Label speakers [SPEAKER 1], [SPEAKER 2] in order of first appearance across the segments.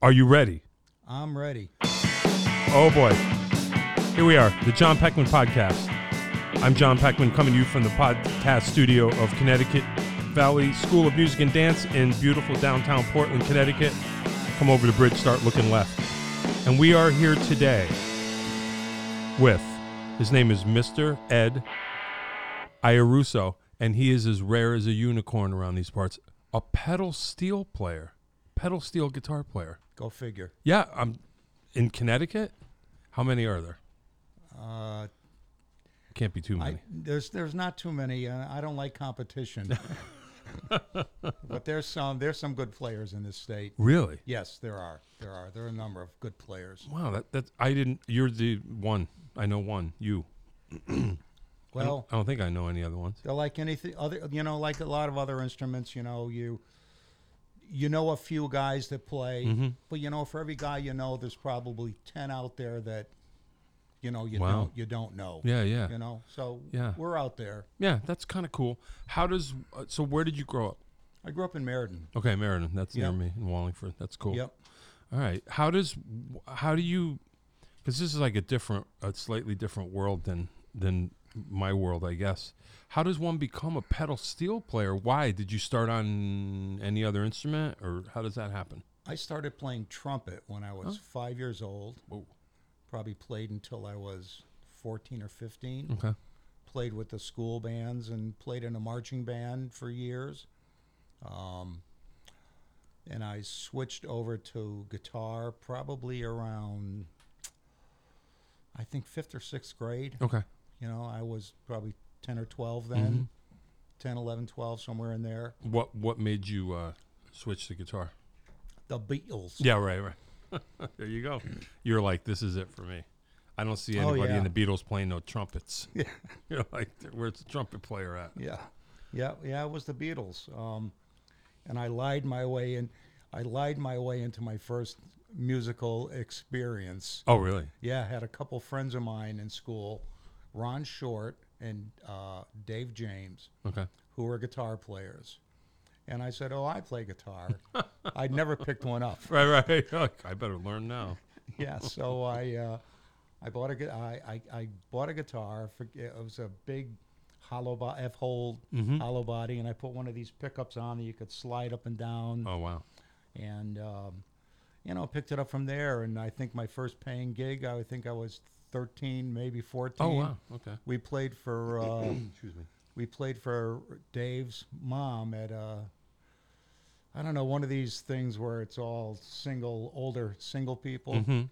[SPEAKER 1] Are you ready?
[SPEAKER 2] I'm ready.
[SPEAKER 1] Oh boy. Here we are, the John Peckman Podcast. I'm John Peckman coming to you from the podcast studio of Connecticut Valley School of Music and Dance in beautiful downtown Portland, Connecticut. Come over the bridge, start looking left. And we are here today with his name is Mr. Ed Iaruso, and he is as rare as a unicorn around these parts. A pedal steel player, pedal steel guitar player.
[SPEAKER 2] Go figure.
[SPEAKER 1] Yeah, I'm in Connecticut. How many are there?
[SPEAKER 2] Uh,
[SPEAKER 1] Can't be too many.
[SPEAKER 2] I, there's there's not too many. Uh, I don't like competition. but there's some there's some good players in this state.
[SPEAKER 1] really?
[SPEAKER 2] Yes, there are. There are. There are a number of good players.
[SPEAKER 1] Wow, that that I didn't. You're the one. I know one. You. I don't-
[SPEAKER 2] Well,
[SPEAKER 1] I don't think I know any other ones.
[SPEAKER 2] they're like anything other. You know, like a lot of other instruments. You know, you you know a few guys that play,
[SPEAKER 1] Mm-hmm.
[SPEAKER 2] but you know, for every guy you know, there's probably ten out there that you know you
[SPEAKER 1] Wow.
[SPEAKER 2] don't you don't know.
[SPEAKER 1] Yeah, yeah,
[SPEAKER 2] You know, so
[SPEAKER 1] Yeah.
[SPEAKER 2] we're out there.
[SPEAKER 1] yeah. That's kind of cool. How does? Uh, so where did you grow up?
[SPEAKER 2] I grew up in Meriden.
[SPEAKER 1] Okay, Meriden. That's
[SPEAKER 2] Yeah.
[SPEAKER 1] near me in Wallingford. That's cool.
[SPEAKER 2] Yep.
[SPEAKER 1] All right. How does? How do you? Because this is like a different, a slightly different world than than my world, I guess. How does one become a pedal steel player? Why did you start on any other instrument, or how does that happen?
[SPEAKER 2] I started playing trumpet when I was five years old.
[SPEAKER 1] Whoa.
[SPEAKER 2] Probably played until I was 14 or 15.
[SPEAKER 1] Okay.
[SPEAKER 2] Played with the school bands and played in a marching band for years. Um, and I switched over to guitar probably around, I think, fifth or sixth grade.
[SPEAKER 1] Okay.
[SPEAKER 2] You know, I was probably 10 or 12 then, 10, 11, 12, somewhere in there.
[SPEAKER 1] What What made you uh, switch to guitar?
[SPEAKER 2] The Beatles.
[SPEAKER 1] Yeah. Right. Right. there you go. You're like, this is it for me. I don't see
[SPEAKER 2] Oh,
[SPEAKER 1] anybody in
[SPEAKER 2] yeah.
[SPEAKER 1] the Beatles playing no trumpets.
[SPEAKER 2] Yeah.
[SPEAKER 1] You're like, where's the trumpet player at?
[SPEAKER 2] Yeah, yeah, yeah. It was the Beatles, um, and I lied my way in. I lied my way into my first musical experience.
[SPEAKER 1] Oh, really?
[SPEAKER 2] Yeah, I had a couple friends of mine in school, Ron Short and uh, Dave James,
[SPEAKER 1] Okay.
[SPEAKER 2] who were guitar players, and I said, "Oh, I play guitar." I'd never picked one up.
[SPEAKER 1] Right. Right. You're like, I better learn now.
[SPEAKER 2] yeah, so I uh, I bought a gu- I, I, I bought a guitar. For, it was a big hollow bo- F hole
[SPEAKER 1] Mm-hmm.
[SPEAKER 2] hollow body, and I put one of these pickups on that you could slide up and down,
[SPEAKER 1] Oh, wow.
[SPEAKER 2] and um, you know picked it up from there. And I think my first paying gig, I would think I was thirteen, maybe fourteen.
[SPEAKER 1] Oh wow. Okay.
[SPEAKER 2] We played for uh,
[SPEAKER 1] Excuse me.
[SPEAKER 2] we played for Dave's mom at uh I don't know one of these things where it's all single older single people, you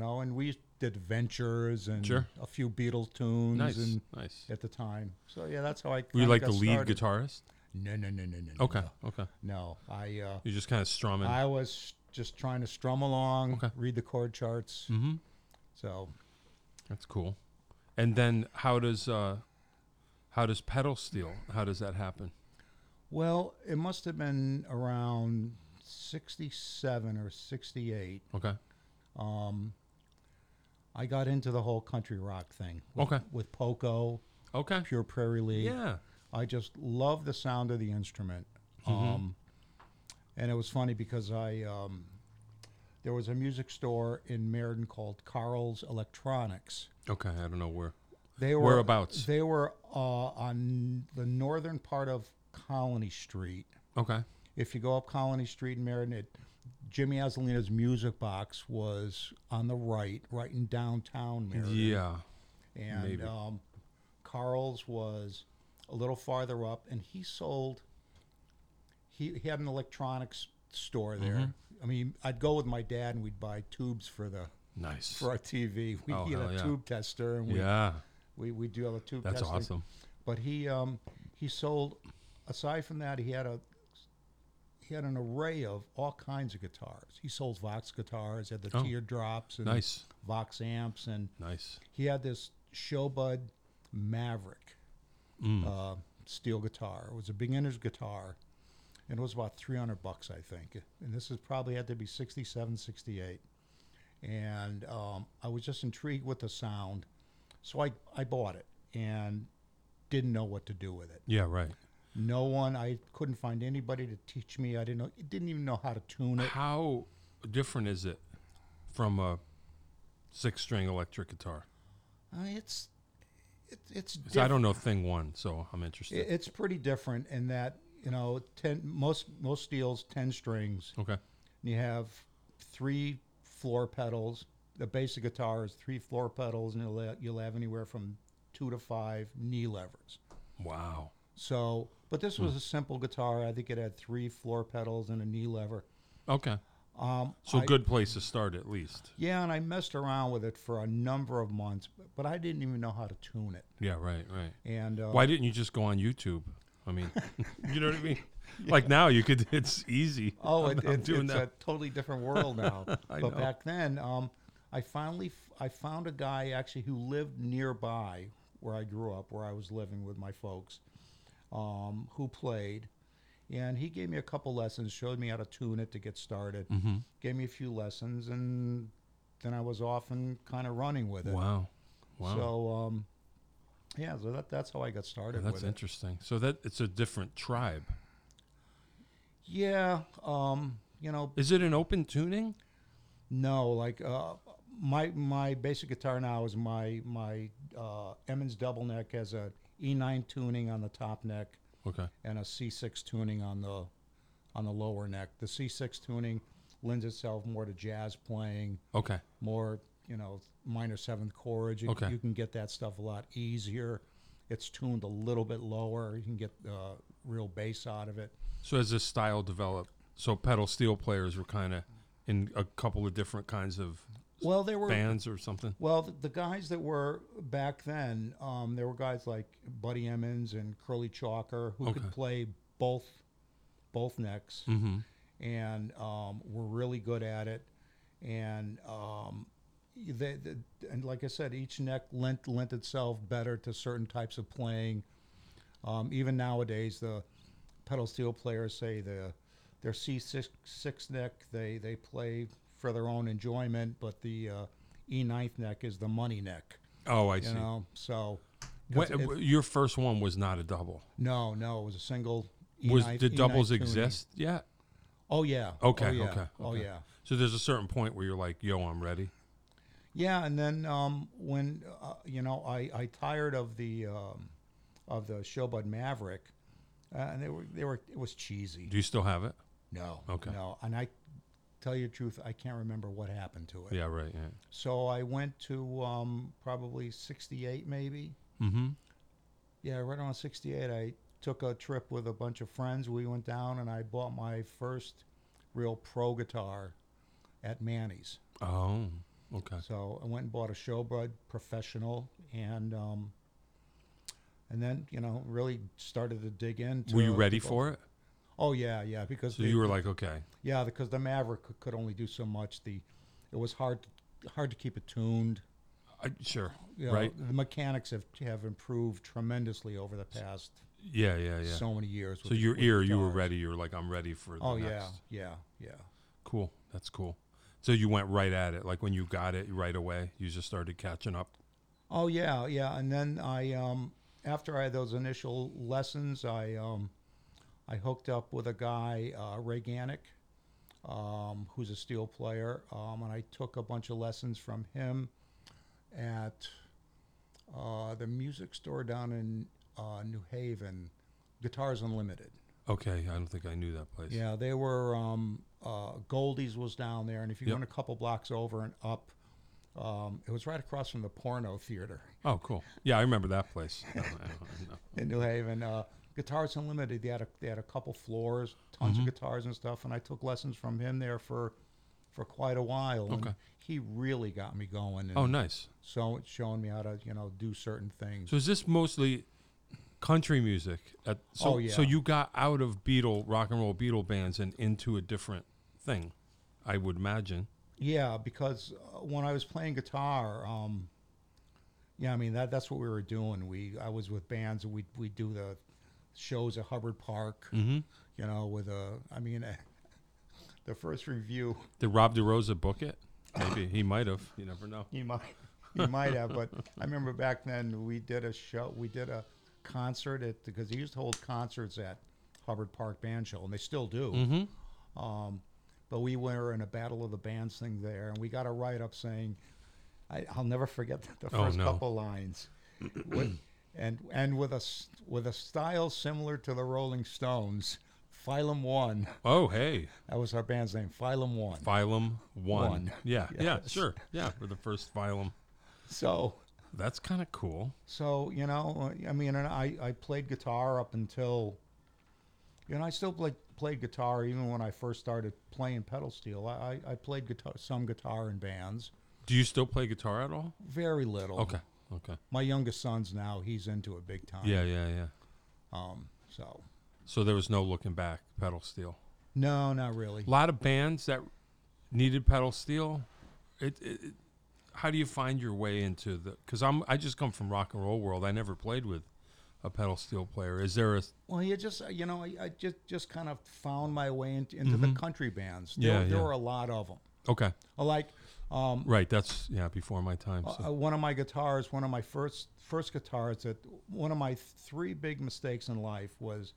[SPEAKER 2] know, and we did ventures and
[SPEAKER 1] Mm-hmm. Sure.
[SPEAKER 2] a few Beatles tunes
[SPEAKER 1] Nice.
[SPEAKER 2] and
[SPEAKER 1] nice.
[SPEAKER 2] at the time. So yeah, that's how I.
[SPEAKER 1] Were you
[SPEAKER 2] kinda
[SPEAKER 1] like
[SPEAKER 2] got
[SPEAKER 1] the lead
[SPEAKER 2] started.
[SPEAKER 1] guitarist?
[SPEAKER 2] No, no, no, no, no. no,
[SPEAKER 1] Okay.
[SPEAKER 2] no.
[SPEAKER 1] Okay.
[SPEAKER 2] No, I uh,
[SPEAKER 1] You're just kind of strumming.
[SPEAKER 2] I was just trying to strum along,
[SPEAKER 1] Okay.
[SPEAKER 2] read the chord charts.
[SPEAKER 1] mm-hmm.
[SPEAKER 2] So
[SPEAKER 1] That's cool. And then how does uh, how does pedal steel? How does that happen?
[SPEAKER 2] well, it must have been around sixty-seven or sixty-eight.
[SPEAKER 1] Okay.
[SPEAKER 2] um, I got into the whole country rock thing. With,
[SPEAKER 1] Okay.
[SPEAKER 2] With Poco,
[SPEAKER 1] Okay.
[SPEAKER 2] Pure Prairie League.
[SPEAKER 1] Yeah.
[SPEAKER 2] I just love the sound of the instrument.
[SPEAKER 1] Mm-hmm.
[SPEAKER 2] Um, and it was funny because I um, there was a music store in Meriden called Carl's Electronics.
[SPEAKER 1] Okay. I don't know where.
[SPEAKER 2] They were
[SPEAKER 1] Whereabouts?
[SPEAKER 2] They were uh, on the northern part of Colony Street.
[SPEAKER 1] Okay.
[SPEAKER 2] If you go up Colony Street in Meriden, it, Jimmy Azalina's music box was on the right, right in downtown Meriden.
[SPEAKER 1] Oh, Yeah.
[SPEAKER 2] And
[SPEAKER 1] Maybe.
[SPEAKER 2] um, Carl's was a little farther up, and he sold. He, he had an electronics store there.
[SPEAKER 1] Mm-hmm.
[SPEAKER 2] I mean, I'd go with my dad, and we'd buy tubes for the
[SPEAKER 1] Nice.
[SPEAKER 2] for our TV. We
[SPEAKER 1] Oh,
[SPEAKER 2] would get
[SPEAKER 1] hell
[SPEAKER 2] a
[SPEAKER 1] yeah.
[SPEAKER 2] tube tester, and we
[SPEAKER 1] Yeah.
[SPEAKER 2] we we do all the tube
[SPEAKER 1] That's
[SPEAKER 2] testing.
[SPEAKER 1] awesome.
[SPEAKER 2] But he um, he sold. Aside from that, he had a he had an array of all kinds of guitars. He sold Vox guitars, had the
[SPEAKER 1] Oh.
[SPEAKER 2] teardrops, and
[SPEAKER 1] Nice.
[SPEAKER 2] Vox amps, and
[SPEAKER 1] Nice.
[SPEAKER 2] he had this Showbud Maverick
[SPEAKER 1] Mm.
[SPEAKER 2] uh, steel guitar. It was a beginner's guitar, and it was about 300 bucks, I think. And this is probably had to be 67, 68. And um, I was just intrigued with the sound, so I, I bought it and didn't know what to do with it.
[SPEAKER 1] Yeah. Right.
[SPEAKER 2] No one, I couldn't find anybody to teach me. I didn't know, didn't even know how to tune it.
[SPEAKER 1] How different is it from a six string electric guitar?
[SPEAKER 2] I mean, it's it, it's
[SPEAKER 1] 'Cause I don't know thing one, so I'm interested.
[SPEAKER 2] It- It's pretty different in that you know ten most most steels ten strings.
[SPEAKER 1] okay.
[SPEAKER 2] And you have three floor pedals. The basic guitar is three floor pedals, and you'll ha- you'll have anywhere from two to five knee levers.
[SPEAKER 1] Wow.
[SPEAKER 2] So, but this was a simple guitar. I think it had three floor pedals and a knee lever.
[SPEAKER 1] Okay.
[SPEAKER 2] Um,
[SPEAKER 1] So
[SPEAKER 2] I-
[SPEAKER 1] good place to start at least.
[SPEAKER 2] Yeah, and I messed around with it for a number of months, b- but I didn't even know how to tune it.
[SPEAKER 1] Yeah. Right. Right.
[SPEAKER 2] And uh,
[SPEAKER 1] Why didn't you just go on YouTube? I mean, you know what I mean. Like now you could. It's easy.
[SPEAKER 2] Oh,
[SPEAKER 1] I'm,
[SPEAKER 2] it,
[SPEAKER 1] I'm
[SPEAKER 2] it,
[SPEAKER 1] doing
[SPEAKER 2] it's
[SPEAKER 1] that.
[SPEAKER 2] a totally different world now.
[SPEAKER 1] I
[SPEAKER 2] but
[SPEAKER 1] know.
[SPEAKER 2] back then, um, I finally f- I found a guy actually who lived nearby where I grew up, where I was living with my folks, um, who played, and he gave me a couple lessons, showed me how to tune it to get started,
[SPEAKER 1] Mm-hmm.
[SPEAKER 2] gave me a few lessons, and then I was off and kind of running with it.
[SPEAKER 1] Wow. Wow.
[SPEAKER 2] So, um, yeah, so that, that's how I got started.
[SPEAKER 1] That's
[SPEAKER 2] with it.
[SPEAKER 1] interesting. So that it's a different tribe.
[SPEAKER 2] Yeah, um, you know,
[SPEAKER 1] Is it an open tuning?
[SPEAKER 2] No, like uh, my my basic guitar now is my my uh, Emmons double neck has a E9 tuning on the top neck
[SPEAKER 1] Okay.
[SPEAKER 2] and a C6 tuning on the on the lower neck. The C6 tuning lends itself more to jazz playing,
[SPEAKER 1] Okay.
[SPEAKER 2] more you know minor seventh chords. You,
[SPEAKER 1] Okay.
[SPEAKER 2] you can get that stuff a lot easier. It's tuned a little bit lower. You can get uh, real bass out of it.
[SPEAKER 1] So as this style developed, so pedal steel players were kind of in a couple of different kinds of
[SPEAKER 2] Well, there were
[SPEAKER 1] bands or something.
[SPEAKER 2] Well, th- the guys that were back then, um, there were guys like Buddy Emmons and Curly Chalker who
[SPEAKER 1] Okay.
[SPEAKER 2] could play both both necks
[SPEAKER 1] Mm-hmm.
[SPEAKER 2] and um, were really good at it. And um, y- they, they, and like I said, each neck lent lent itself better to certain types of playing. Um, even nowadays, the pedal steel players say the their C six six neck they they play for their own enjoyment, but the uh, E 9 neck is the money neck.
[SPEAKER 1] Oh, I
[SPEAKER 2] You
[SPEAKER 1] see.
[SPEAKER 2] know, so 'cause
[SPEAKER 1] What,
[SPEAKER 2] it-
[SPEAKER 1] your first one was not a double.
[SPEAKER 2] no, no, it was a single. E
[SPEAKER 1] was
[SPEAKER 2] E9
[SPEAKER 1] did doubles
[SPEAKER 2] E9 tuning.
[SPEAKER 1] exist yet?
[SPEAKER 2] Oh yeah.
[SPEAKER 1] Okay,
[SPEAKER 2] Oh, yeah.
[SPEAKER 1] okay,
[SPEAKER 2] Oh
[SPEAKER 1] okay.
[SPEAKER 2] yeah.
[SPEAKER 1] So there's a certain point where you're like, "Yo, I'm ready."
[SPEAKER 2] Yeah, and then um, when uh, you know I, I tired of the um, of the Showbud Maverick, uh, and they were they were it was cheesy.
[SPEAKER 1] Do you still have it?
[SPEAKER 2] No,
[SPEAKER 1] Okay.
[SPEAKER 2] no, and I tell you the truth, I can't remember what happened to it.
[SPEAKER 1] Yeah, right. Yeah.
[SPEAKER 2] So I went to um, probably '68, maybe.
[SPEAKER 1] Mm-hmm.
[SPEAKER 2] Yeah, right around '68, I took a trip with a bunch of friends. We went down, and I bought my first real pro guitar at Manny's.
[SPEAKER 1] Oh, okay.
[SPEAKER 2] So I went and bought a Showbud Professional, and um, and then you know really started to dig into.
[SPEAKER 1] Were you ready for it?
[SPEAKER 2] Oh yeah, yeah. Because
[SPEAKER 1] So
[SPEAKER 2] the-
[SPEAKER 1] you were like, "Okay."
[SPEAKER 2] yeah, because the Maverick could, could only do so much. The it was hard hard to keep it tuned.
[SPEAKER 1] I, sure.
[SPEAKER 2] You know,
[SPEAKER 1] Right.
[SPEAKER 2] The mechanics have have improved tremendously over the past
[SPEAKER 1] Yeah, yeah, yeah. So,
[SPEAKER 2] so many years. with the-
[SPEAKER 1] your
[SPEAKER 2] with the
[SPEAKER 1] ear, you were
[SPEAKER 2] guitars.
[SPEAKER 1] ready. You were like, "I'm ready for." The
[SPEAKER 2] Oh
[SPEAKER 1] next.
[SPEAKER 2] yeah, yeah, yeah.
[SPEAKER 1] Cool. That's cool. So you went right at it. Like when you got it right away, you just started catching up.
[SPEAKER 2] Oh yeah, yeah. And then I, um, after I had those initial lessons, I, um, I hooked up with a guy, uh, Ray Gannick, um, who's a steel player, um, and I took a bunch of lessons from him at uh, the music store down in uh, New Haven, Guitars Unlimited.
[SPEAKER 1] Okay, I don't think I knew that place.
[SPEAKER 2] Yeah, they were. Um, uh, Goldie's was down there, and if you
[SPEAKER 1] Yep.
[SPEAKER 2] went a couple blocks over and up, um, it was right across from the porno theater.
[SPEAKER 1] Oh, cool. Yeah, I remember that place. I don't- I don't know.
[SPEAKER 2] in New Haven. Uh, Guitars Unlimited. They had a they had a couple floors, tons
[SPEAKER 1] Mm-hmm.
[SPEAKER 2] of guitars and stuff. And I took lessons from him there for for quite a while. And
[SPEAKER 1] Okay.
[SPEAKER 2] he really got me going. And
[SPEAKER 1] Oh, nice.
[SPEAKER 2] so showing me how to you know do certain things.
[SPEAKER 1] So is this mostly country music? At, so,
[SPEAKER 2] Oh, yeah.
[SPEAKER 1] So you got out of Beatle rock and roll Beatle bands and into a different thing, I would imagine.
[SPEAKER 2] Yeah, because uh, when I was playing guitar, um, yeah, I mean that that's what we were doing. We I was with bands and we we do the shows at Hubbard Park.
[SPEAKER 1] Mm-hmm.
[SPEAKER 2] You know, with a I mean. uh the first review
[SPEAKER 1] Did Rob DeRosa book it? Maybe he might have. You never know.
[SPEAKER 2] You might, you might have, but I remember back then we did a show, we did a concert at because
[SPEAKER 1] Mm-hmm.
[SPEAKER 2] they used to hold concerts at Hubbard Park Band Show, and they still do. Um, But we were in a battle of the bands thing there, and we got a write up saying, I, I'll never forget the
[SPEAKER 1] Oh,
[SPEAKER 2] first
[SPEAKER 1] no.
[SPEAKER 2] couple lines. With- and and with a s- with a style similar to the Rolling Stones, Phylum One.
[SPEAKER 1] Oh, hey,
[SPEAKER 2] That was our band's name, Phylum One.
[SPEAKER 1] Phylum One.
[SPEAKER 2] One.
[SPEAKER 1] Yeah, yeah,
[SPEAKER 2] Yes.
[SPEAKER 1] sure, yeah. For the first Phylum,
[SPEAKER 2] So
[SPEAKER 1] that's kind of cool.
[SPEAKER 2] So you know, I mean, and I, I played guitar up until, you know, I still played played guitar even when I first started playing pedal steel. I, I, I played guitar some guitar in bands,
[SPEAKER 1] Do you still play guitar at all?
[SPEAKER 2] very little.
[SPEAKER 1] Okay, okay.
[SPEAKER 2] My youngest son's now he's into it big time.
[SPEAKER 1] Yeah, yeah, yeah.
[SPEAKER 2] Um. So
[SPEAKER 1] So there was no looking back. Pedal steel.
[SPEAKER 2] no, not really.
[SPEAKER 1] A lot of bands that needed pedal steel. It, it, it- how do you find your way into the? Because I'm I just come from rock and roll world. I never played with a pedal steel player. Is there a?
[SPEAKER 2] Well, you just you know, I, I just just kind of found my way into, into the country bands. There,
[SPEAKER 1] Mm-hmm. Yeah,
[SPEAKER 2] there
[SPEAKER 1] yeah.
[SPEAKER 2] were a lot of them.
[SPEAKER 1] Okay,
[SPEAKER 2] Like, um,
[SPEAKER 1] right. That's yeah. Before my time. So.
[SPEAKER 2] Uh, one of my guitars, one of my first first guitars. That one of my three big mistakes in life was,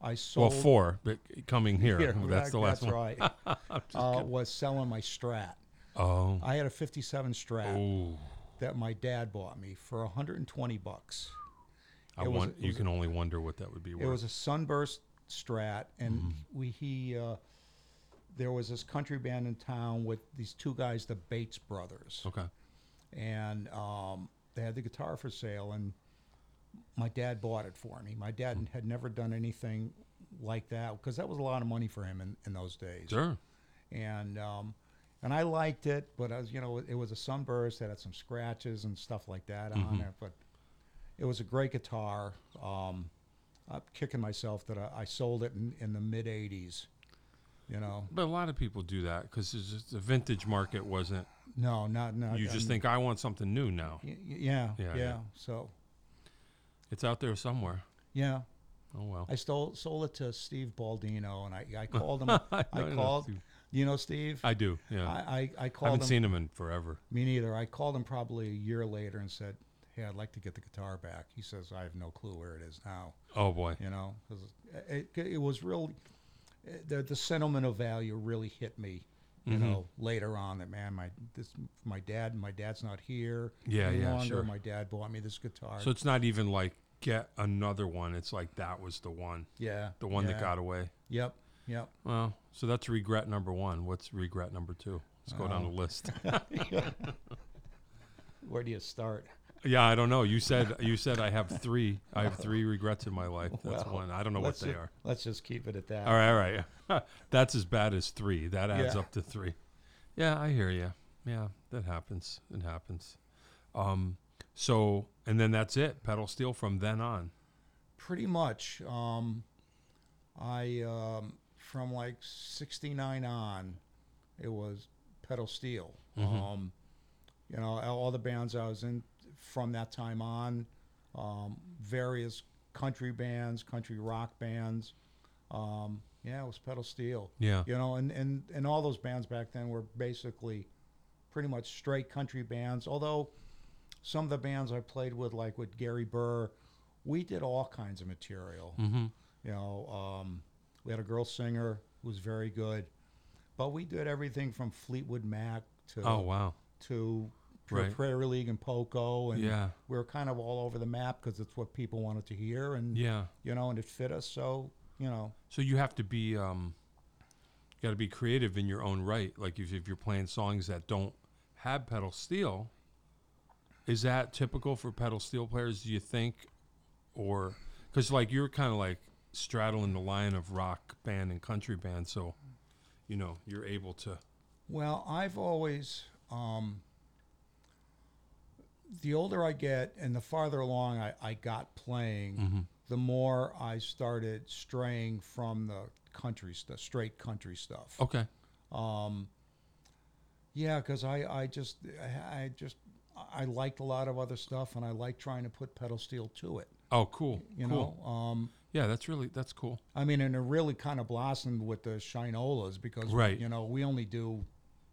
[SPEAKER 2] I
[SPEAKER 1] well,
[SPEAKER 2] sold.
[SPEAKER 1] four. But coming here.
[SPEAKER 2] oh. Here,
[SPEAKER 1] that's
[SPEAKER 2] that-
[SPEAKER 1] the last
[SPEAKER 2] that's
[SPEAKER 1] one.
[SPEAKER 2] right. uh, was selling my Strat.
[SPEAKER 1] Oh.
[SPEAKER 2] I had a '57 Strat
[SPEAKER 1] Ooh.
[SPEAKER 2] that my dad bought me for 120 bucks.
[SPEAKER 1] I
[SPEAKER 2] It was-
[SPEAKER 1] want.
[SPEAKER 2] it
[SPEAKER 1] You
[SPEAKER 2] was-
[SPEAKER 1] can only wonder what that would be worth.
[SPEAKER 2] It was a Sunburst Strat, and
[SPEAKER 1] Mm-hmm.
[SPEAKER 2] we he. Uh, there was this country band in town with these two guys, the Bates Brothers.
[SPEAKER 1] okay.
[SPEAKER 2] and um, they had the guitar for sale, and my dad bought it for me. My dad
[SPEAKER 1] Hmm.
[SPEAKER 2] had never done anything like that because that was a lot of money for him in, in those days.
[SPEAKER 1] Sure.
[SPEAKER 2] And um, and I liked it, but I was, you know, it was a sunburst that had some scratches and stuff like that
[SPEAKER 1] Mm-hmm.
[SPEAKER 2] on it, but it was a great guitar. Um, I'm kicking myself that I, I sold it in, in the mid '80s. You know,
[SPEAKER 1] But a lot of people do that because the vintage market wasn't.
[SPEAKER 2] no, not not.
[SPEAKER 1] You just
[SPEAKER 2] I'm-
[SPEAKER 1] think I want something new now.
[SPEAKER 2] y- y- yeah,
[SPEAKER 1] Yeah,
[SPEAKER 2] yeah,
[SPEAKER 1] yeah.
[SPEAKER 2] So,
[SPEAKER 1] It's out there somewhere.
[SPEAKER 2] yeah.
[SPEAKER 1] Oh well.
[SPEAKER 2] I stole sold it to Steve Baldino, and I, I called him. I,
[SPEAKER 1] know
[SPEAKER 2] called,
[SPEAKER 1] Steve.
[SPEAKER 2] you know, Steve.
[SPEAKER 1] I do. Yeah. I,
[SPEAKER 2] I, I, I called
[SPEAKER 1] haven't
[SPEAKER 2] him.
[SPEAKER 1] seen him in forever.
[SPEAKER 2] me neither. I called him probably a year later and said, "Hey, I'd like to get the guitar back." He says, "I have no clue where it is now."
[SPEAKER 1] Oh boy.
[SPEAKER 2] You know, 'cause it, it, it was real. The the sentiment of value really hit me. You
[SPEAKER 1] Mm-hmm.
[SPEAKER 2] know, later on, that man, my this my dad, my dad's not here.
[SPEAKER 1] Yeah,
[SPEAKER 2] any
[SPEAKER 1] yeah,
[SPEAKER 2] longer.
[SPEAKER 1] sure.
[SPEAKER 2] My dad bought me this guitar.
[SPEAKER 1] So it's not even like get another one. It's like that was the one,
[SPEAKER 2] yeah,
[SPEAKER 1] the one
[SPEAKER 2] yeah.
[SPEAKER 1] that got away.
[SPEAKER 2] Yep, yep.
[SPEAKER 1] Well, so that's regret number one. What's regret number two? Let's go down the list.
[SPEAKER 2] Where do you start?
[SPEAKER 1] yeah, I don't know. You said you said I have three. I have three regrets in my life. That's
[SPEAKER 2] Well,
[SPEAKER 1] one. I don't know what
[SPEAKER 2] let's
[SPEAKER 1] they
[SPEAKER 2] ju-
[SPEAKER 1] are.
[SPEAKER 2] Let's just keep it at that.
[SPEAKER 1] All right, all right. That's as bad as three. That adds
[SPEAKER 2] Yeah.
[SPEAKER 1] up to three. Yeah, I hear you. Yeah, that happens. It happens. Um, so, and then that's it. Pedal steel from then on.
[SPEAKER 2] Pretty much. Um, I um, from like '69 on, it was pedal steel.
[SPEAKER 1] Mm-hmm.
[SPEAKER 2] Um, you know, all all the bands I was in from that time on, um, various country bands, country rock bands. Um, yeah, it was pedal steel.
[SPEAKER 1] Yeah.
[SPEAKER 2] You know, and, and, and all those bands back then were basically pretty much straight country bands. Although some of the bands I played with, like with Gary Burr, we did all kinds of material.
[SPEAKER 1] Mhm.
[SPEAKER 2] You know, um, we had a girl singer who was very good, but we did everything from Fleetwood Mac to
[SPEAKER 1] Oh wow.
[SPEAKER 2] to Pure
[SPEAKER 1] Right.
[SPEAKER 2] Prairie League and Poco, and
[SPEAKER 1] Yeah.
[SPEAKER 2] we were kind of all over the map because it's what people wanted to hear, and
[SPEAKER 1] Yeah.
[SPEAKER 2] you know, and it fit us. So you know,
[SPEAKER 1] So you have to be, um, got to be creative in your own right. Like if, if you're playing songs that don't have pedal steel, is that typical for pedal steel players? Do you think, or because like you're kind of like straddling the line of rock band and country band, so you know you're able to.
[SPEAKER 2] Well, I've always, um, the older I get and the farther along I, I got playing,
[SPEAKER 1] Mm-hmm.
[SPEAKER 2] the more I started straying from the country stuff, straight country stuff.
[SPEAKER 1] Okay.
[SPEAKER 2] Um, yeah, because I, I just, I I just, I liked a lot of other stuff and I like trying to put pedal steel to it,
[SPEAKER 1] Oh, cool.
[SPEAKER 2] you
[SPEAKER 1] cool.
[SPEAKER 2] know? Um,
[SPEAKER 1] Yeah, that's really that's cool.
[SPEAKER 2] I mean, and it really kind of blossomed with the Shinolas because,
[SPEAKER 1] Right.
[SPEAKER 2] you know, we only do,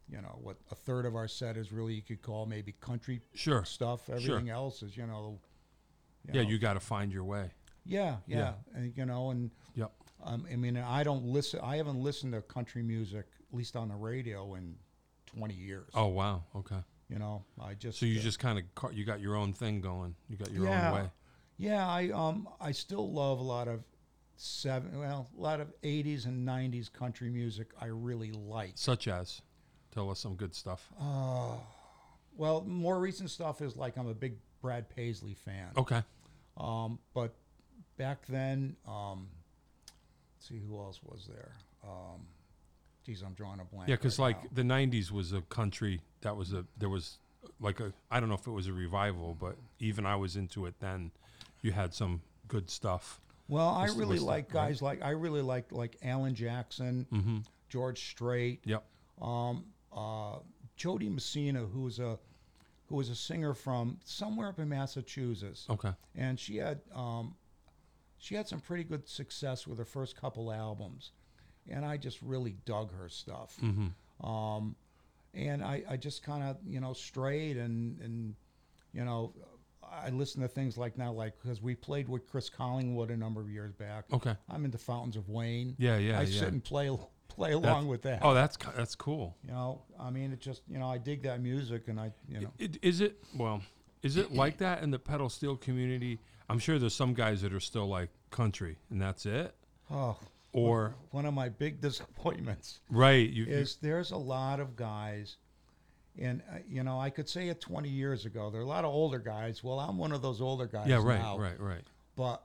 [SPEAKER 2] you know, what a third of our set is really you could call maybe country
[SPEAKER 1] Sure.
[SPEAKER 2] stuff. Everything else is, you know, you
[SPEAKER 1] Yeah,
[SPEAKER 2] know.
[SPEAKER 1] you got to find your way.
[SPEAKER 2] yeah, yeah,
[SPEAKER 1] yeah.
[SPEAKER 2] and you know, and
[SPEAKER 1] Yep.
[SPEAKER 2] um, I mean, I don't listen. I haven't listened to country music at least on the radio in 20 years.
[SPEAKER 1] Oh wow. Okay.
[SPEAKER 2] You know, I just
[SPEAKER 1] So you
[SPEAKER 2] uh,
[SPEAKER 1] just kind of you got your own thing going. You got your
[SPEAKER 2] yeah,
[SPEAKER 1] own way.
[SPEAKER 2] yeah. I um I still love a lot of seven well a lot of 80s and 90s country music. I really like.
[SPEAKER 1] Such as, tell us some good stuff.
[SPEAKER 2] Well, more recent stuff is like I'm a big Brad Paisley fan.
[SPEAKER 1] Okay.
[SPEAKER 2] Um, but back then, um, let's see who else was there. Um, geez, I'm drawing a blank.
[SPEAKER 1] Yeah, because
[SPEAKER 2] right
[SPEAKER 1] like the '90s was a country that was a there was like a I don't know if it was a revival, but even I was into it then. You had some good stuff.
[SPEAKER 2] Well, I
[SPEAKER 1] Mr.
[SPEAKER 2] really
[SPEAKER 1] Wistop,
[SPEAKER 2] like
[SPEAKER 1] right? Mm-hmm.
[SPEAKER 2] guys like I really like like Alan Jackson, George Strait,
[SPEAKER 1] Yep.
[SPEAKER 2] um, uh, Jody Messina, who was a who was a singer from somewhere up in Massachusetts,
[SPEAKER 1] Okay.
[SPEAKER 2] and she had um, she had some pretty good success with her first couple albums, and I just really dug her stuff.
[SPEAKER 1] Mm-hmm.
[SPEAKER 2] Um, and I, I just kind of you know strayed and and you know I listen to things like now like because we played with Chris Collingwood a number of years back.
[SPEAKER 1] Okay.
[SPEAKER 2] I'm into Fountains of Wayne.
[SPEAKER 1] Yeah, yeah,
[SPEAKER 2] I
[SPEAKER 1] yeah.
[SPEAKER 2] sit and play play along with that.
[SPEAKER 1] Oh, that's co- that's cool.
[SPEAKER 2] You know, I mean, it just you know I dig that music and I you know
[SPEAKER 1] It, is it well? Is it like that in the pedal steel community? I'm sure there's some guys that are still like country and that's it.
[SPEAKER 2] oh
[SPEAKER 1] Or
[SPEAKER 2] one of my big disappointments.
[SPEAKER 1] right, you, you-
[SPEAKER 2] is there's a lot of guys, and uh, you know I could say it 20 years ago. There are a lot of older guys. Well, I'm one of those older guys.
[SPEAKER 1] yeah, right,
[SPEAKER 2] now,
[SPEAKER 1] right, right.
[SPEAKER 2] But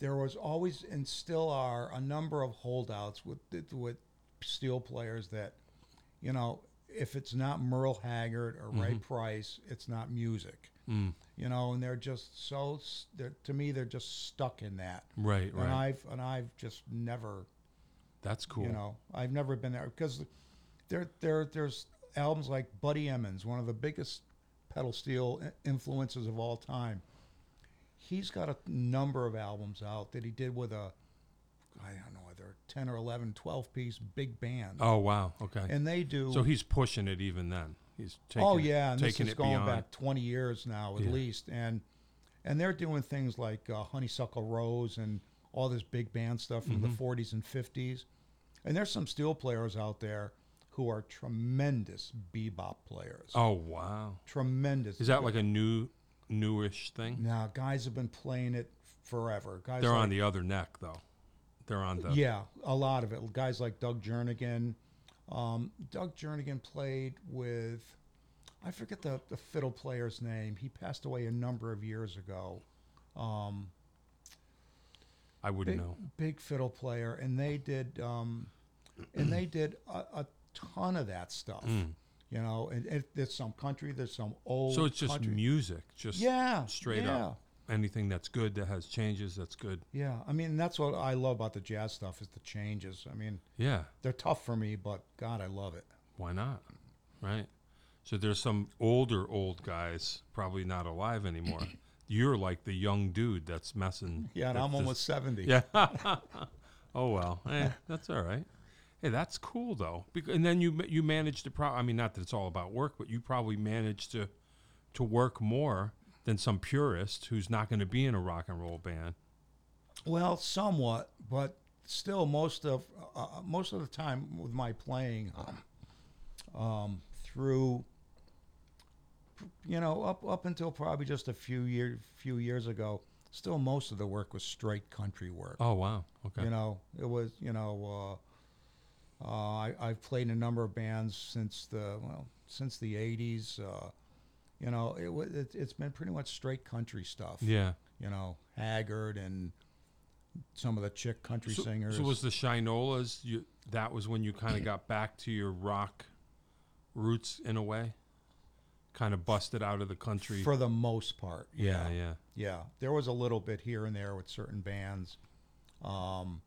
[SPEAKER 2] there was always and still are a number of holdouts with with steel players that, you know, if it's not Merle Haggard or Ray
[SPEAKER 1] Mm-hmm.
[SPEAKER 2] Price, it's not music.
[SPEAKER 1] Mm.
[SPEAKER 2] You know, and they're just so s- they're, to me they're just stuck in that.
[SPEAKER 1] Right,
[SPEAKER 2] And
[SPEAKER 1] right.
[SPEAKER 2] I've and I've just never
[SPEAKER 1] That's cool.
[SPEAKER 2] you know, I've never been there because there, there, there's albums like Buddy Emmons, one of the biggest pedal steel i- influences of all time. He's got a number of albums out that he did with a, I don't know, either 10 or 11, 12 piece big band.
[SPEAKER 1] oh wow. Okay.
[SPEAKER 2] and they do.
[SPEAKER 1] so he's pushing it even then. He's taking
[SPEAKER 2] oh,
[SPEAKER 1] it-
[SPEAKER 2] yeah. And this
[SPEAKER 1] taking
[SPEAKER 2] is
[SPEAKER 1] it
[SPEAKER 2] going
[SPEAKER 1] beyond.
[SPEAKER 2] back 20 years now, at
[SPEAKER 1] Yeah.
[SPEAKER 2] least. And, and they're doing things like uh, Honeysuckle Rose and all this big band stuff from
[SPEAKER 1] Mm-hmm.
[SPEAKER 2] the 40s and 50s. And there's some steel players out there who are tremendous bebop players.
[SPEAKER 1] Oh wow.
[SPEAKER 2] Tremendous.
[SPEAKER 1] Is that like a new newish thing?
[SPEAKER 2] Now, guys have been playing it forever. Guys
[SPEAKER 1] They're
[SPEAKER 2] like,
[SPEAKER 1] on the other neck though. They're on the
[SPEAKER 2] Yeah, a lot of it. Guys like Doug Jernigan. Um, Doug Jernigan played with, I forget the, the fiddle player's name. He passed away a number of years ago. Um,
[SPEAKER 1] I wouldn't
[SPEAKER 2] big,
[SPEAKER 1] know.
[SPEAKER 2] big fiddle player, and they did, um, and they did a, a ton of that stuff. You know, and, and there's some country, there's some old.
[SPEAKER 1] Mm. So it's just
[SPEAKER 2] country.
[SPEAKER 1] music, just
[SPEAKER 2] yeah,
[SPEAKER 1] straight
[SPEAKER 2] yeah.
[SPEAKER 1] up. Anything that's good that has changes, that's good.
[SPEAKER 2] Yeah, I mean that's what I love about the jazz stuff is the changes. I mean,
[SPEAKER 1] Yeah.
[SPEAKER 2] they're tough for me, but God, I love it.
[SPEAKER 1] Why not? Right. So there's some older old guys probably not alive anymore. You're like the young dude that's messing.
[SPEAKER 2] Yeah, and
[SPEAKER 1] that-
[SPEAKER 2] I'm
[SPEAKER 1] this-
[SPEAKER 2] almost 70.
[SPEAKER 1] Yeah. oh well, eh, that's all right. Hey, that's cool though. Bec- and then you ma- you managed to pro. I mean, not that it's all about work, but you probably managed to to work more than some purist who's not going to be in a rock and roll band.
[SPEAKER 2] Well, somewhat, but still, most of uh, uh, most of the time with my playing, um, um, through you know up up until probably just a few year few years ago, still most of the work was straight country work.
[SPEAKER 1] Oh wow. Okay.
[SPEAKER 2] You know, it was you know, uh, uh, I I've played in a number of bands since the well since the '80s. Uh, you know, it was it, it's been pretty much straight country stuff
[SPEAKER 1] Yeah.
[SPEAKER 2] you know, Haggard and some of the chick country
[SPEAKER 1] So,
[SPEAKER 2] singers.
[SPEAKER 1] so was the Shinolas? You that was when you kind of got back to your rock roots in a way, kind of busted out of the country.
[SPEAKER 2] for the most part.
[SPEAKER 1] yeah,
[SPEAKER 2] Yeah, yeah.
[SPEAKER 1] yeah.
[SPEAKER 2] There was a little bit here and there with certain bands um,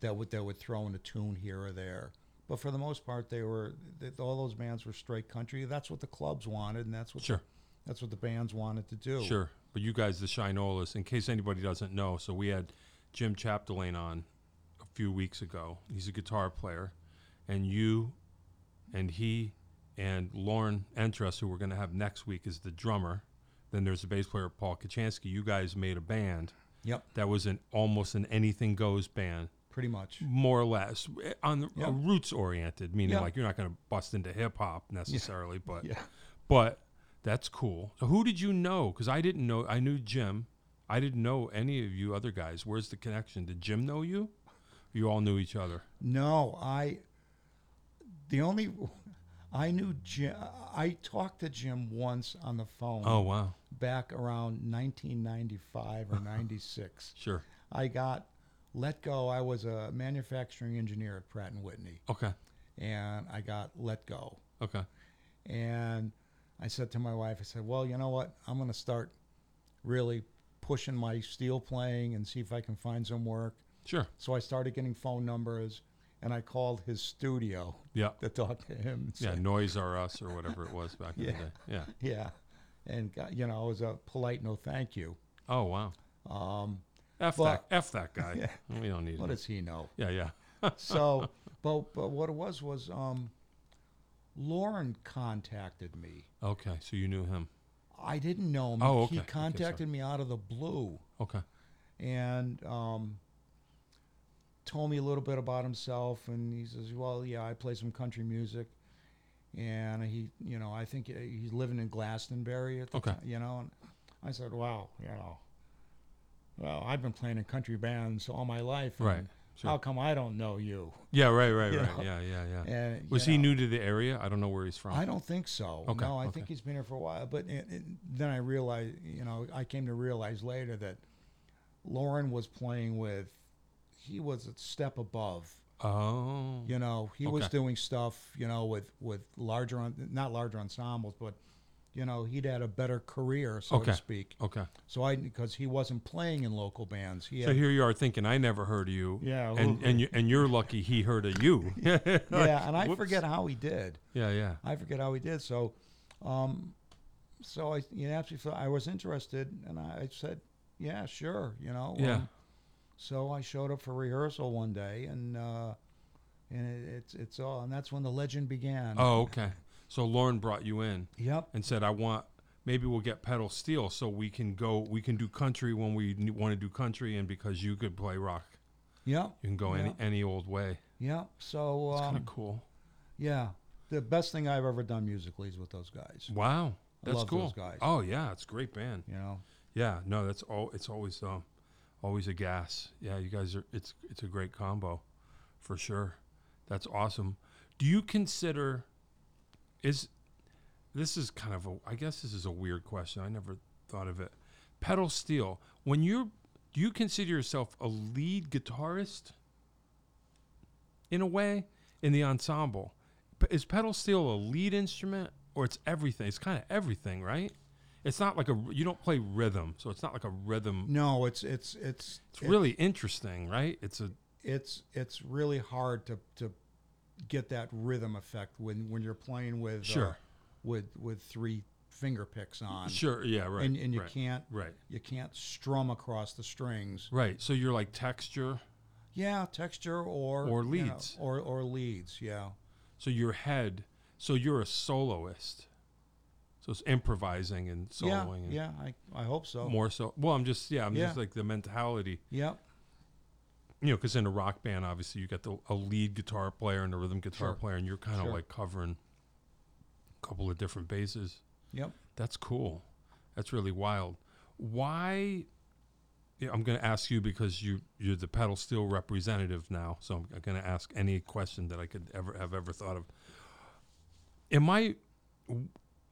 [SPEAKER 2] that would that would throw in a tune here or there. But for the most part, they were th all those bands were straight country. That's what the clubs wanted, and that's what
[SPEAKER 1] Sure.
[SPEAKER 2] that's what the bands wanted to do.
[SPEAKER 1] Sure. But you guys, the Shinolas, in case anybody doesn't know, so we had Jim Chapdelaine on a few weeks ago. He's a guitar player. And you and he and Lauren Entress, who we're going to have next week, is the drummer. Then there's the bass player, Paul Kachansky. You guys made a band
[SPEAKER 2] Yep.
[SPEAKER 1] that was an almost an anything goes band
[SPEAKER 2] pretty much.
[SPEAKER 1] more or less eh, on the
[SPEAKER 2] Yeah.
[SPEAKER 1] a roots oriented, meaning
[SPEAKER 2] Yeah.
[SPEAKER 1] like you're not going to bust into hip hop necessarily, but
[SPEAKER 2] Yeah.
[SPEAKER 1] but that's cool. So who did you know? Because I didn't know. I knew Jim. I didn't know any of you other guys. Where's the connection? Did Jim know you? You all knew each other.
[SPEAKER 2] No, I. The only, I knew Jim. I talked to Jim once on the phone
[SPEAKER 1] Oh wow,
[SPEAKER 2] back around 1995 or 96.
[SPEAKER 1] sure,
[SPEAKER 2] I got let go. I was a manufacturing engineer at Pratt and Whitney,
[SPEAKER 1] okay,
[SPEAKER 2] and I got let go.
[SPEAKER 1] okay,
[SPEAKER 2] And I said to my wife, I said, "Well, you know what? I'm going to start really pushing my steel playing and see if I can find some work."
[SPEAKER 1] sure,
[SPEAKER 2] So I started getting phone numbers, and I called his studio
[SPEAKER 1] yeah,
[SPEAKER 2] to talk to him. and
[SPEAKER 1] yeah.
[SPEAKER 2] say-
[SPEAKER 1] Noise or us or whatever it was back in
[SPEAKER 2] Yeah.
[SPEAKER 1] the day. Yeah.
[SPEAKER 2] yeah, and got, you know, it was a polite no thank you.
[SPEAKER 1] Oh wow.
[SPEAKER 2] Um,
[SPEAKER 1] F
[SPEAKER 2] But-
[SPEAKER 1] that. F that guy. We don't need
[SPEAKER 2] what
[SPEAKER 1] him.
[SPEAKER 2] does he know?
[SPEAKER 1] Yeah, yeah.
[SPEAKER 2] So, but but what it was was um, Lauren contacted me.
[SPEAKER 1] Okay, so you knew him.
[SPEAKER 2] I didn't know him.
[SPEAKER 1] Oh, okay.
[SPEAKER 2] He
[SPEAKER 1] Okay, sorry.
[SPEAKER 2] contacted me out of the blue.
[SPEAKER 1] Okay.
[SPEAKER 2] and um, told me a little bit about himself. And he says, "Well, yeah, I play some country music." And he, you know, I think uh, he's living in Glastonbury at the
[SPEAKER 1] Okay.
[SPEAKER 2] time, you know. And I said, "Wow, you know, well, I've been playing in country bands all my life. and
[SPEAKER 1] Right, sure.
[SPEAKER 2] How come I don't know you?"
[SPEAKER 1] Yeah, right, right,
[SPEAKER 2] You
[SPEAKER 1] right.
[SPEAKER 2] know?
[SPEAKER 1] Yeah, yeah, yeah.
[SPEAKER 2] And, you
[SPEAKER 1] Was he
[SPEAKER 2] know,
[SPEAKER 1] new to the area? I don't know where he's from.
[SPEAKER 2] I don't think so.
[SPEAKER 1] Okay,
[SPEAKER 2] no, I
[SPEAKER 1] okay.
[SPEAKER 2] think he's been here for a while. But it, it, then I realized, you know, I came to realize later that Lauren was playing with, he was a step above.
[SPEAKER 1] oh.
[SPEAKER 2] You know, he was
[SPEAKER 1] Okay.
[SPEAKER 2] doing stuff, you know, with with larger, en- not larger ensembles, but you know, he'd had a better career, so
[SPEAKER 1] Okay.
[SPEAKER 2] to speak.
[SPEAKER 1] Okay.
[SPEAKER 2] So I, because he wasn't playing in local bands, he
[SPEAKER 1] So
[SPEAKER 2] had,
[SPEAKER 1] here you are thinking I never heard of you.
[SPEAKER 2] Yeah,
[SPEAKER 1] And
[SPEAKER 2] who-
[SPEAKER 1] and you and you're lucky he heard of you. yeah,
[SPEAKER 2] yeah, and I
[SPEAKER 1] whoops.
[SPEAKER 2] forget how he did.
[SPEAKER 1] yeah.
[SPEAKER 2] I forget how he did. So, um, so I you asked me if I was interested, and I, I said, yeah, sure, you know.
[SPEAKER 1] Yeah.
[SPEAKER 2] um, so I showed up for rehearsal one day, and uh, and it, it's it's all, and that's when the legend began.
[SPEAKER 1] Oh, okay. So Lauren brought you in
[SPEAKER 2] Yep.
[SPEAKER 1] and said, "I want maybe we'll get pedal steel so we can go we can do country when we want to do country and because you could play rock,
[SPEAKER 2] Yep.
[SPEAKER 1] you can go any
[SPEAKER 2] Yeah.
[SPEAKER 1] any old way."
[SPEAKER 2] Yep. So
[SPEAKER 1] It's kind
[SPEAKER 2] um,
[SPEAKER 1] of cool.
[SPEAKER 2] yeah, the best thing I've ever done musically is with those guys.
[SPEAKER 1] Wow. That's
[SPEAKER 2] love
[SPEAKER 1] cool.
[SPEAKER 2] those guys.
[SPEAKER 1] Oh, yeah, it's a great band.
[SPEAKER 2] You know.
[SPEAKER 1] Yeah, no, that's all. It's always um, always a gas. Yeah, you guys are. It's it's a great combo, for sure. That's awesome. Do you consider? Is this is kind of a? I guess this is a weird question. I never thought of it. Pedal steel. When you're, do you consider yourself a lead guitarist? In a way, in the ensemble, P- is pedal steel a lead instrument or it's everything? It's kind of everything, right? It's not like a r- you don't play rhythm, so it's not like a rhythm.
[SPEAKER 2] No, it's it's it's
[SPEAKER 1] It's really interesting, right? It's a
[SPEAKER 2] it's it's really hard to to get that rhythm effect when when you're playing with uh,
[SPEAKER 1] Sure.
[SPEAKER 2] with with three finger picks on
[SPEAKER 1] sure, yeah, right,
[SPEAKER 2] and and you
[SPEAKER 1] right,
[SPEAKER 2] can't
[SPEAKER 1] right,
[SPEAKER 2] you can't strum across the strings
[SPEAKER 1] right. So you're like texture,
[SPEAKER 2] yeah texture or
[SPEAKER 1] Or
[SPEAKER 2] you know,
[SPEAKER 1] leads.
[SPEAKER 2] or or leads yeah
[SPEAKER 1] so your head, so you're a soloist, so it's improvising and
[SPEAKER 2] yeah
[SPEAKER 1] soloing, and
[SPEAKER 2] yeah I, I hope so
[SPEAKER 1] more so. Well, I'm just yeah, I'm just
[SPEAKER 2] Yeah.
[SPEAKER 1] like the mentality,
[SPEAKER 2] yep
[SPEAKER 1] you know, because in a rock band, obviously you got the a lead guitar player and a rhythm guitar
[SPEAKER 2] Sure.
[SPEAKER 1] player, and you're kind of
[SPEAKER 2] Sure.
[SPEAKER 1] like covering a couple of different bases.
[SPEAKER 2] yep
[SPEAKER 1] That's cool. That's really wild. Why? Yeah, I'm going to ask you because you you're the pedal steel representative now, so I'm going to ask any question that I could ever have ever thought of. Am I?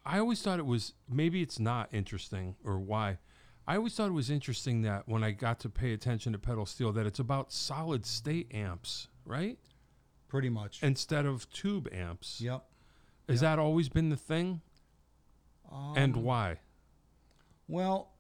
[SPEAKER 1] I always thought it was maybe it's not interesting or why. I always thought it was interesting that when I got to pay attention to pedal steel that it's about solid state amps, right?
[SPEAKER 2] pretty much
[SPEAKER 1] Instead of tube amps.
[SPEAKER 2] yep
[SPEAKER 1] Has that always been the thing?
[SPEAKER 2] um,
[SPEAKER 1] and why?
[SPEAKER 2] Well,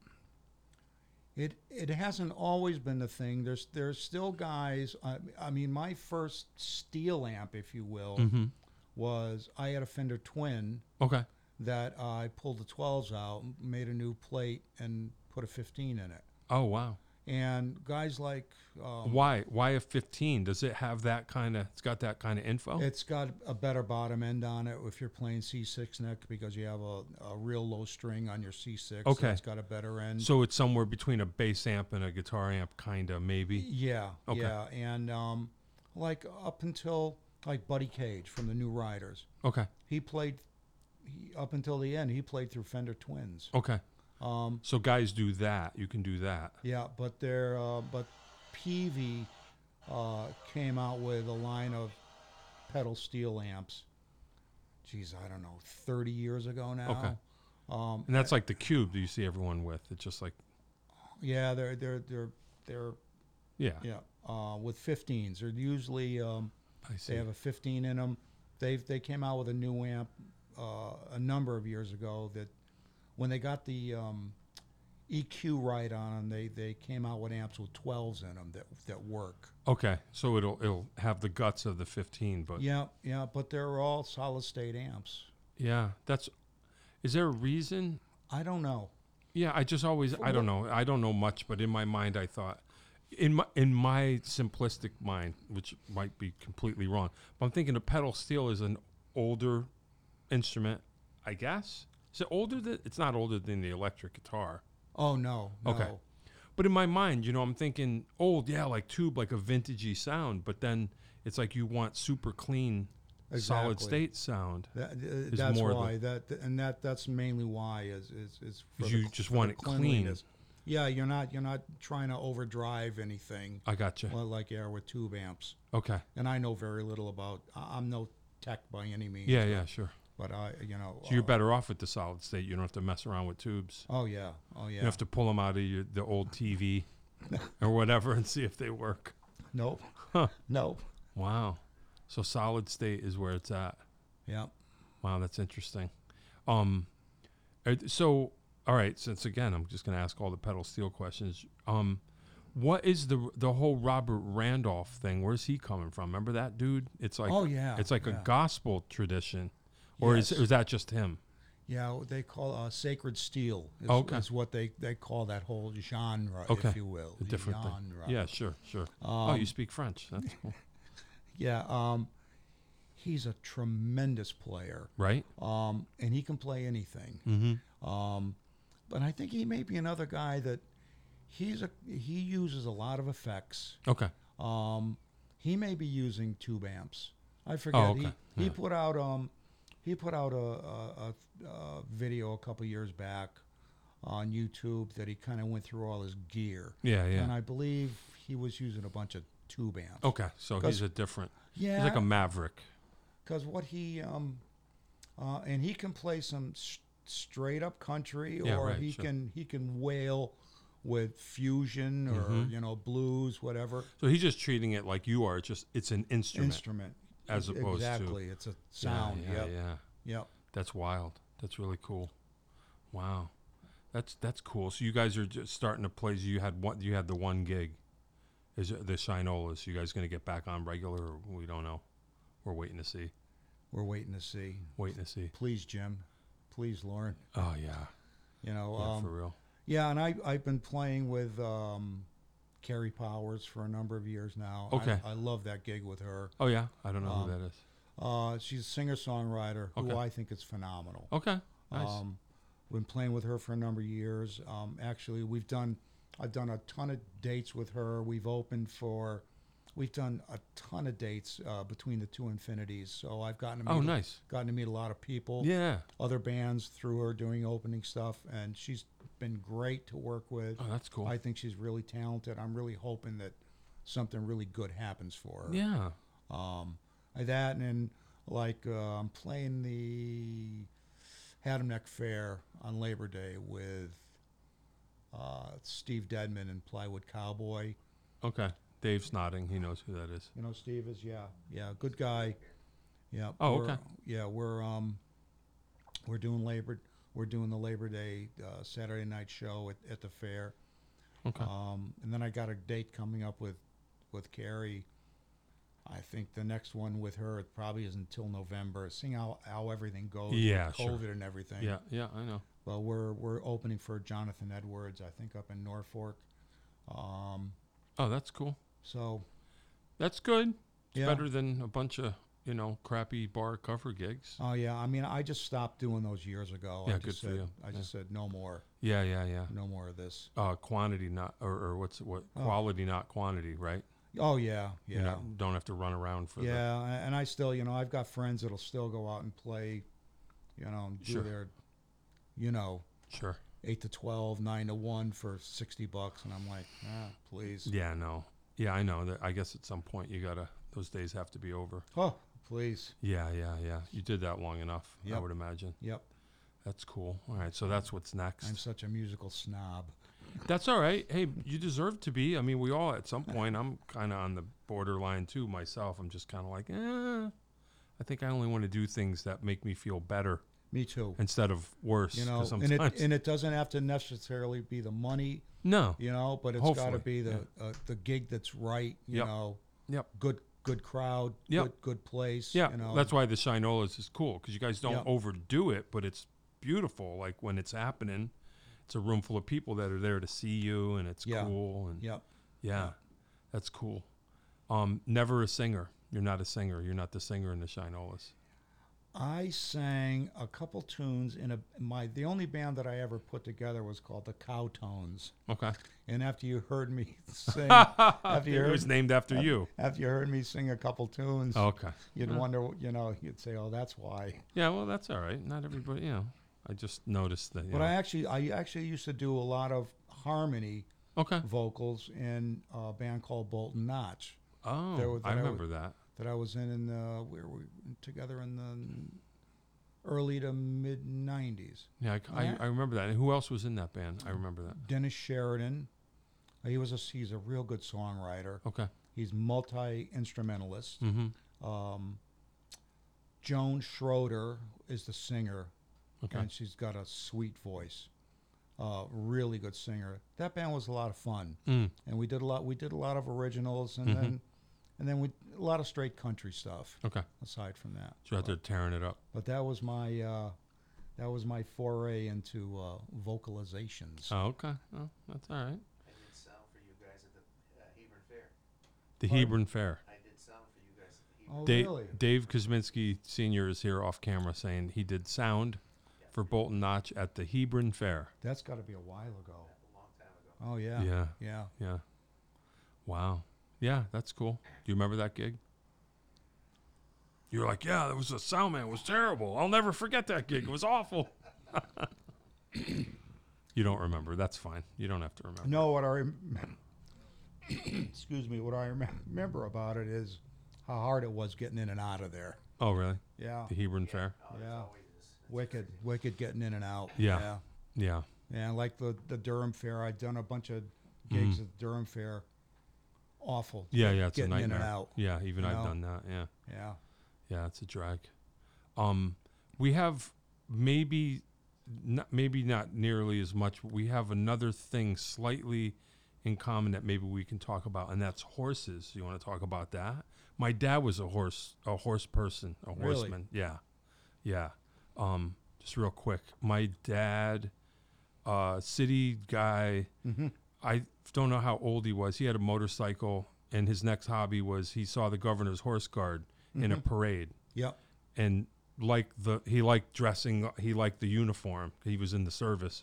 [SPEAKER 2] it it hasn't always been the thing. There's there's still guys. I, I mean, my first steel amp, if you will,
[SPEAKER 1] Mhm.
[SPEAKER 2] was I had a Fender Twin
[SPEAKER 1] Okay.
[SPEAKER 2] that I pulled the 12s out, made a new plate, and put a 15 in it.
[SPEAKER 1] Oh wow.
[SPEAKER 2] and guys like um,
[SPEAKER 1] Why? Why a 15? Does it have that kind of? It's got that kind of info.
[SPEAKER 2] It's got a better bottom end on it if you're playing C6 neck because you have a, a real low string on your C6. so
[SPEAKER 1] Okay.
[SPEAKER 2] It's got a better end.
[SPEAKER 1] so it's somewhere between a bass amp and a guitar amp, kind of maybe.
[SPEAKER 2] yeah.
[SPEAKER 1] Okay.
[SPEAKER 2] Yeah. And um, like up until like Buddy Cage from the New Riders,
[SPEAKER 1] Okay.
[SPEAKER 2] he played he, up until the end, he played through Fender Twins.
[SPEAKER 1] Okay.
[SPEAKER 2] Um,
[SPEAKER 1] So guys do that. You can do that.
[SPEAKER 2] yeah. But they're, uh, but Peavy uh, came out with a line of pedal steel amps. Geez, I don't know, 30 years ago now.
[SPEAKER 1] Okay.
[SPEAKER 2] Um,
[SPEAKER 1] And that's like the cube that you see everyone with. It's just like,
[SPEAKER 2] Yeah, they're they're they're they're
[SPEAKER 1] yeah,
[SPEAKER 2] yeah. Uh, with 15s, they're usually um,
[SPEAKER 1] I see.
[SPEAKER 2] they have a 15 in them. They they came out with a new amp uh, a number of years ago that when they got the um, EQ right on them, they they came out with amps with 12s in them that that work.
[SPEAKER 1] okay. So it'll it'll have the guts of the 15, but yeah,
[SPEAKER 2] Yeah, yeah, but they're all solid state amps.
[SPEAKER 1] that's. Is there a reason?
[SPEAKER 2] I don't know.
[SPEAKER 1] Yeah, I just always I don't know. I don't know much, but in my mind I thought in my in my simplistic mind, which might be completely wrong, but I'm thinking a pedal steel is an older instrument, I guess. Is it older than it's not older than the electric guitar.
[SPEAKER 2] Oh no, no.
[SPEAKER 1] Okay. But in my mind, you know, I'm thinking old, yeah, like tube, like a vintagey sound. But then it's like you want super clean, solid
[SPEAKER 2] Exactly.
[SPEAKER 1] state sound.
[SPEAKER 2] That, uh, that's
[SPEAKER 1] more the-
[SPEAKER 2] why that and that that's mainly why is is is for
[SPEAKER 1] You
[SPEAKER 2] cl-
[SPEAKER 1] just
[SPEAKER 2] for the
[SPEAKER 1] want it clean.
[SPEAKER 2] cleanliness. Yeah, you're not you're not trying to overdrive anything
[SPEAKER 1] I gotcha.
[SPEAKER 2] li- like you are with tube amps.
[SPEAKER 1] Okay.
[SPEAKER 2] And I know very little about. I- I'm no tech by any means.
[SPEAKER 1] Yeah, yeah, sure.
[SPEAKER 2] But I, you know.
[SPEAKER 1] So you're
[SPEAKER 2] uh,
[SPEAKER 1] better off with the solid state. You don't have to mess around with tubes.
[SPEAKER 2] Oh yeah. Oh
[SPEAKER 1] You
[SPEAKER 2] yeah.
[SPEAKER 1] have to pull them out of your, the old TV or whatever and see if they work.
[SPEAKER 2] Nope. Nope.
[SPEAKER 1] Wow. So solid state is where it's at.
[SPEAKER 2] Yeah.
[SPEAKER 1] Wow, that's interesting. Um, uh, so all right, since again I'm just gonna ask all the pedal steel questions. Um, what is the the whole Robert Randolph thing? Where's he coming from? Remember that dude? It's like
[SPEAKER 2] Oh, yeah,
[SPEAKER 1] it's like
[SPEAKER 2] yeah.
[SPEAKER 1] a gospel tradition, or is
[SPEAKER 2] Yes.
[SPEAKER 1] or is that just him?
[SPEAKER 2] Yeah. what They call uh, sacred steel. Is,
[SPEAKER 1] Oh, Okay.
[SPEAKER 2] Is what they they call that whole genre,
[SPEAKER 1] Okay.
[SPEAKER 2] if you will.
[SPEAKER 1] A different
[SPEAKER 2] genre.
[SPEAKER 1] thing. Yeah, sure, sure. oh,
[SPEAKER 2] Um,
[SPEAKER 1] you speak French. That's cool.
[SPEAKER 2] Yeah. Um, he's a tremendous player.
[SPEAKER 1] right.
[SPEAKER 2] um, and he can play anything.
[SPEAKER 1] Mm-hmm.
[SPEAKER 2] Um, but I think he may be another guy that he's a he uses a lot of effects.
[SPEAKER 1] Okay.
[SPEAKER 2] Um, he may be using tube amps. I forget.
[SPEAKER 1] Oh, okay.
[SPEAKER 2] He, he
[SPEAKER 1] Yeah.
[SPEAKER 2] put out um, he put out a, a, a, a video a couple years back on YouTube that he kind of went through all his gear.
[SPEAKER 1] Yeah,
[SPEAKER 2] And
[SPEAKER 1] yeah.
[SPEAKER 2] I believe he was using a bunch of tube amps.
[SPEAKER 1] Okay. So he's
[SPEAKER 2] Because-
[SPEAKER 1] a different.
[SPEAKER 2] Yeah.
[SPEAKER 1] He's like a maverick.
[SPEAKER 2] because what he um, uh, and he can play some s straight up country, or
[SPEAKER 1] Yeah, right,
[SPEAKER 2] he
[SPEAKER 1] sure.
[SPEAKER 2] can he can wail with fusion or
[SPEAKER 1] Mm-hmm.
[SPEAKER 2] you know blues, whatever
[SPEAKER 1] So he's just treating it like you are. It's just it's an instrument.
[SPEAKER 2] instrument.
[SPEAKER 1] As
[SPEAKER 2] Ex-
[SPEAKER 1] opposed to-
[SPEAKER 2] exactly, it's a
[SPEAKER 1] Yeah,
[SPEAKER 2] sound.
[SPEAKER 1] Yeah,
[SPEAKER 2] yep,
[SPEAKER 1] yeah.
[SPEAKER 2] yep.
[SPEAKER 1] That's wild. That's really cool. Wow. That's that's cool. So you guys are just starting to play. You had one. You had the one gig. Is it the Shinolas? You guys going to get back on regular? Or we don't know. We're waiting to see.
[SPEAKER 2] We're waiting to see.
[SPEAKER 1] Waiting to see.
[SPEAKER 2] Please, Jim. Please, Lauren.
[SPEAKER 1] Oh yeah.
[SPEAKER 2] You know,
[SPEAKER 1] Yeah,
[SPEAKER 2] um,
[SPEAKER 1] for real.
[SPEAKER 2] yeah. And I I've been playing with um, Carrie Powers for a number of years now.
[SPEAKER 1] Okay.
[SPEAKER 2] I, I love that gig with her.
[SPEAKER 1] Oh yeah. I don't know
[SPEAKER 2] um,
[SPEAKER 1] who that is.
[SPEAKER 2] Uh, she's a singer songwriter
[SPEAKER 1] Okay.
[SPEAKER 2] who I think is phenomenal.
[SPEAKER 1] Okay. Nice.
[SPEAKER 2] Um, been playing with her for a number of years. Um, actually, we've done, I've done a ton of dates with her. We've opened for, we've done a ton of dates uh, between the two infinities. So I've gotten to meet,
[SPEAKER 1] oh nice.
[SPEAKER 2] gotten to meet a lot of people,
[SPEAKER 1] Yeah.
[SPEAKER 2] other bands through her doing opening stuff, and she's been great to work with.
[SPEAKER 1] Oh that's cool.
[SPEAKER 2] I think she's really talented. I'm really hoping that something really good happens for her.
[SPEAKER 1] yeah.
[SPEAKER 2] Um, like that and then like uh, I'm playing the Haddam Neck Fair on Labor Day with uh, Steve Deadman and Plywood Cowboy.
[SPEAKER 1] Okay. Dave's nodding. He knows who that is.
[SPEAKER 2] You know, Steve is yeah, yeah, good guy. Yeah.
[SPEAKER 1] Oh,
[SPEAKER 2] we're-
[SPEAKER 1] okay.
[SPEAKER 2] Yeah, we're um, we're doing Labor, we're doing the Labor Day uh, Saturday night show at, at the fair.
[SPEAKER 1] Okay.
[SPEAKER 2] Um, and then I got a date coming up with with Carrie. I think the next one with her it probably is until November. Seeing how, how everything goes, with
[SPEAKER 1] Yeah, sure.
[SPEAKER 2] COVID and everything.
[SPEAKER 1] yeah. Yeah. I know.
[SPEAKER 2] But we're we're opening for Jonathan Edwards. I think up in Norfolk. Um,
[SPEAKER 1] Oh, that's cool.
[SPEAKER 2] so
[SPEAKER 1] That's good. It's
[SPEAKER 2] yeah.
[SPEAKER 1] better than a bunch of, you know, crappy bar cover gigs.
[SPEAKER 2] Oh yeah, I mean, I just stopped doing those years ago.
[SPEAKER 1] Yeah,
[SPEAKER 2] I just
[SPEAKER 1] good for
[SPEAKER 2] said,
[SPEAKER 1] you.
[SPEAKER 2] I just said no more,
[SPEAKER 1] Yeah, yeah, yeah.
[SPEAKER 2] no more of this.
[SPEAKER 1] Uh, quantity not or, or what's what
[SPEAKER 2] Oh.
[SPEAKER 1] quality not quantity, right?
[SPEAKER 2] Oh yeah,
[SPEAKER 1] You're
[SPEAKER 2] yeah,
[SPEAKER 1] not, don't have to run around for the
[SPEAKER 2] yeah. a- And I still, you know, I've got friends that'll still go out and play, you know, and do
[SPEAKER 1] Sure.
[SPEAKER 2] their, you know,
[SPEAKER 1] sure.
[SPEAKER 2] eight to 12, 9 to one for sixty bucks, and I'm like, ah, please,
[SPEAKER 1] Yeah, no. Yeah, I know that. I guess at some point you gotta those days have to be over.
[SPEAKER 2] oh, please,
[SPEAKER 1] Yeah, yeah, yeah. You did that long enough. I
[SPEAKER 2] Yep.
[SPEAKER 1] would imagine.
[SPEAKER 2] yep.
[SPEAKER 1] That's cool. All right, so that's what's next.
[SPEAKER 2] I'm such a musical snob.
[SPEAKER 1] That's all right. Hey, you deserve to be. I mean, we all at some point. I'm kind of on the borderline too myself. I'm just kind of like, eh. I think I only want to do things that make me feel better
[SPEAKER 2] Me too.
[SPEAKER 1] instead of worse.
[SPEAKER 2] You
[SPEAKER 1] 'cause
[SPEAKER 2] know, and it
[SPEAKER 1] sometimes
[SPEAKER 2] and it doesn't have to necessarily be the money.
[SPEAKER 1] no.
[SPEAKER 2] you know. But it's got to
[SPEAKER 1] Hopefully,
[SPEAKER 2] be the uh, the gig that's right, you
[SPEAKER 1] Yep.
[SPEAKER 2] know.
[SPEAKER 1] Yep.
[SPEAKER 2] Good good crowd.
[SPEAKER 1] Yep.
[SPEAKER 2] Good, good place.
[SPEAKER 1] Yeah,
[SPEAKER 2] You know.
[SPEAKER 1] that's why the Shinolas is cool because you guys don't
[SPEAKER 2] Yeah.
[SPEAKER 1] overdo it, but it's beautiful. Like when it's happening, it's a room full of people that are there to see you, and it's
[SPEAKER 2] Yeah.
[SPEAKER 1] cool. And yeah.
[SPEAKER 2] Yep.
[SPEAKER 1] that's cool. Um, never a singer. You're not a singer. You're not the singer in the Shinolas.
[SPEAKER 2] I sang a couple tunes in a my the only band that I ever put together was called the Cowtones.
[SPEAKER 1] Okay,
[SPEAKER 2] And after you heard me sing, after you
[SPEAKER 1] it was
[SPEAKER 2] heard,
[SPEAKER 1] named after you.
[SPEAKER 2] after you heard me sing a couple tunes,
[SPEAKER 1] Okay,
[SPEAKER 2] you'd
[SPEAKER 1] Uh,
[SPEAKER 2] wonder, you know, you'd say, "Oh, that's why."
[SPEAKER 1] yeah. Well, that's all right. Not everybody. You know, I just noticed that. You
[SPEAKER 2] But
[SPEAKER 1] know.
[SPEAKER 2] I actually, I actually used to do a lot of harmony
[SPEAKER 1] okay.
[SPEAKER 2] vocals in a band called Bolton Notch. there
[SPEAKER 1] Oh,
[SPEAKER 2] was-
[SPEAKER 1] I
[SPEAKER 2] that I
[SPEAKER 1] remember that.
[SPEAKER 2] that I was in in the we were together in the early to mid '90s.
[SPEAKER 1] Yeah, I, I,
[SPEAKER 2] Yeah.
[SPEAKER 1] I remember that. And who else was in that band? I remember that.
[SPEAKER 2] Dennis Sheridan, he was a he's a real good songwriter.
[SPEAKER 1] Okay.
[SPEAKER 2] He's multi instrumentalist.
[SPEAKER 1] Mm-hmm.
[SPEAKER 2] Um, Joan Schroeder is the singer,
[SPEAKER 1] Okay.
[SPEAKER 2] and she's got a sweet voice. Uh, really good singer. That band was a lot of fun,
[SPEAKER 1] Mm.
[SPEAKER 2] and we did a lot. We did a lot of originals, and
[SPEAKER 1] Mhm.
[SPEAKER 2] then and then we a lot of straight country stuff.
[SPEAKER 1] Okay.
[SPEAKER 2] Aside from that,
[SPEAKER 1] So you're out there tearing it up.
[SPEAKER 2] But that was my uh, that was my foray into uh, vocalizations.
[SPEAKER 1] Oh, okay. Well, that's all right.
[SPEAKER 3] I did sound for you guys at the uh, Hebron Fair.
[SPEAKER 1] The
[SPEAKER 2] Pardon?
[SPEAKER 1] Hebron Fair.
[SPEAKER 3] I did sound for you guys at the Hebron.
[SPEAKER 2] oh,
[SPEAKER 1] Da-
[SPEAKER 2] really?
[SPEAKER 1] Uh, Dave Kosminski Sr. is here off camera saying he did sound for Bolton Notch at the Hebron Fair.
[SPEAKER 2] That's got to be a while ago.
[SPEAKER 3] A long time ago.
[SPEAKER 2] Oh yeah.
[SPEAKER 1] Yeah. Yeah.
[SPEAKER 2] Yeah.
[SPEAKER 1] Wow. Yeah, that's cool. Do you remember that gig? You're like, yeah, there was a sound man. It was terrible. I'll never forget that gig. It was awful. you don't remember. That's fine. You don't have to remember.
[SPEAKER 2] No, what I rem- excuse me, what I rem- remember about it is how hard it was getting in and out of there.
[SPEAKER 1] Oh, really?
[SPEAKER 2] Yeah.
[SPEAKER 1] The Hebron Fair?
[SPEAKER 3] Oh, it
[SPEAKER 2] Yeah.
[SPEAKER 3] always is.
[SPEAKER 2] Wicked, wicked getting in and out.
[SPEAKER 1] Yeah.
[SPEAKER 2] Yeah.
[SPEAKER 1] Yeah.
[SPEAKER 2] Yeah, like the the Durham Fair, I'd done a bunch of gigs at Durham Fair. Awful.
[SPEAKER 1] Mm-hmm. Yeah, yeah, it's
[SPEAKER 2] getting
[SPEAKER 1] a
[SPEAKER 2] in
[SPEAKER 1] nightmare.
[SPEAKER 2] and out.
[SPEAKER 1] Yeah, even
[SPEAKER 2] you
[SPEAKER 1] I've
[SPEAKER 2] know?
[SPEAKER 1] done that. Yeah,
[SPEAKER 2] Yeah.
[SPEAKER 1] yeah, it's a drag. Um, we have maybe, not, maybe not nearly as much. But we have another thing slightly in common that maybe we can talk about, and that's horses. You want to talk about that? My dad was a horse, a horse person, a
[SPEAKER 2] Really?
[SPEAKER 1] horseman. Yeah, yeah. Um, just real quick, my dad, uh, city guy.
[SPEAKER 2] Mhm.
[SPEAKER 1] I don't know how old he was. He had a motorcycle, and his next hobby was he saw the governor's horse guard in a parade,
[SPEAKER 2] Yep.
[SPEAKER 1] and like the he liked dressing, he liked the uniform. He was in the service,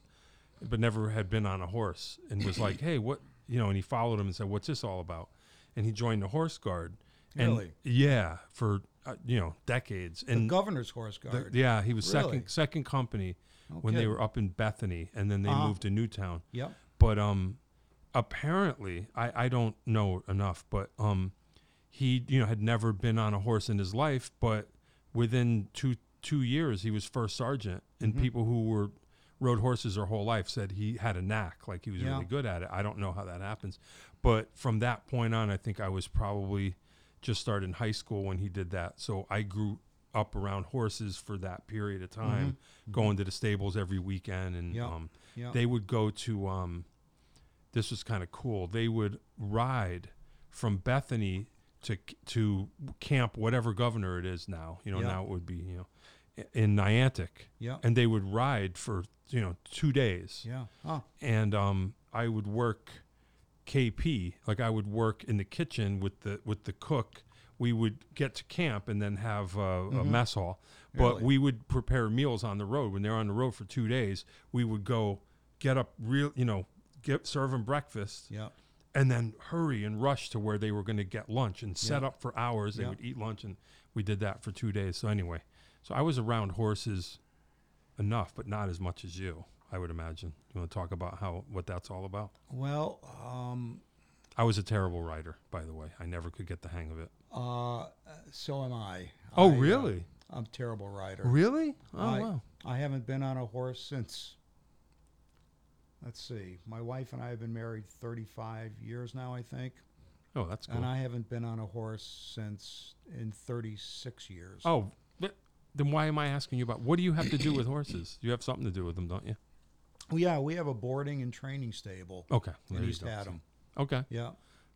[SPEAKER 1] but never had been on a horse, and was like, "Hey, what?" You know, and he followed him and said, "What's this all about?" And he joined the horse guard. and-
[SPEAKER 2] Really?
[SPEAKER 1] Yeah, for uh, you know decades.
[SPEAKER 2] The
[SPEAKER 1] And
[SPEAKER 2] governor's horse
[SPEAKER 1] the-
[SPEAKER 2] guard.
[SPEAKER 1] yeah, he was
[SPEAKER 2] Really?
[SPEAKER 1] second second company when they
[SPEAKER 2] Okay.
[SPEAKER 1] were up in Bethany, and then they
[SPEAKER 2] Uh-huh.
[SPEAKER 1] moved to Newtown
[SPEAKER 2] Yep.
[SPEAKER 1] but um apparently I, I don't know enough but um he you know had never been on a horse in his life but within two two years he was first sergeant and
[SPEAKER 2] Mm-hmm.
[SPEAKER 1] people who were rode horses their whole life said he had a knack like he was
[SPEAKER 2] Yeah.
[SPEAKER 1] really good at it i don't know how that happens but from that point on i think i was probably just started in high school when he did that so i grew up around horses for that period of time going to the stables every weekend and
[SPEAKER 2] Mm-hmm. Yeah.
[SPEAKER 1] um,
[SPEAKER 2] Yeah.
[SPEAKER 1] they would go to um, this was kind of cool they would ride from bethany to to camp whatever governor it is now you know
[SPEAKER 2] Yeah.
[SPEAKER 1] now it would be you know i- in niantic
[SPEAKER 2] Yeah.
[SPEAKER 1] and they would ride for you know two days
[SPEAKER 2] Yeah. Huh.
[SPEAKER 1] and um, i would work KP. Like I would work in the kitchen with the with the cook. We would get to camp and then have uh, a mess hall, but
[SPEAKER 2] Really?
[SPEAKER 1] we would prepare meals on the road. When they're on the road for two days, we would go get up real, you know, get serve 'em breakfast,
[SPEAKER 2] Yeah.
[SPEAKER 1] and then hurry and rush to where they were going to get lunch and set up for hours. They
[SPEAKER 2] Yeah.
[SPEAKER 1] would eat lunch, and we did that for two days. So anyway, so I was around horses enough, but not as much as you, I would imagine. You want to talk about how what that's all about?
[SPEAKER 2] Well, um,
[SPEAKER 1] I was a terrible rider, by the way. I never could get the hang of it.
[SPEAKER 2] uh, so am I.
[SPEAKER 1] Oh,
[SPEAKER 2] I, uh,
[SPEAKER 1] really?
[SPEAKER 2] I'm a terrible rider.
[SPEAKER 1] Really? Oh,
[SPEAKER 2] I,
[SPEAKER 1] wow.
[SPEAKER 2] I haven't been on a horse since. Let's see. My wife and I have been married 35 years now, I think,
[SPEAKER 1] Oh, that's cool.
[SPEAKER 2] and I haven't been on a horse since in 36 years.
[SPEAKER 1] oh, but then why am I asking you about what do you have to do with horses? You have something to do with them, don't you?
[SPEAKER 2] Well, Oh, yeah, we have a boarding and training stable
[SPEAKER 1] Okay. there
[SPEAKER 2] in
[SPEAKER 1] you
[SPEAKER 2] East
[SPEAKER 1] go.
[SPEAKER 2] Adam.
[SPEAKER 1] Okay.
[SPEAKER 2] Yeah,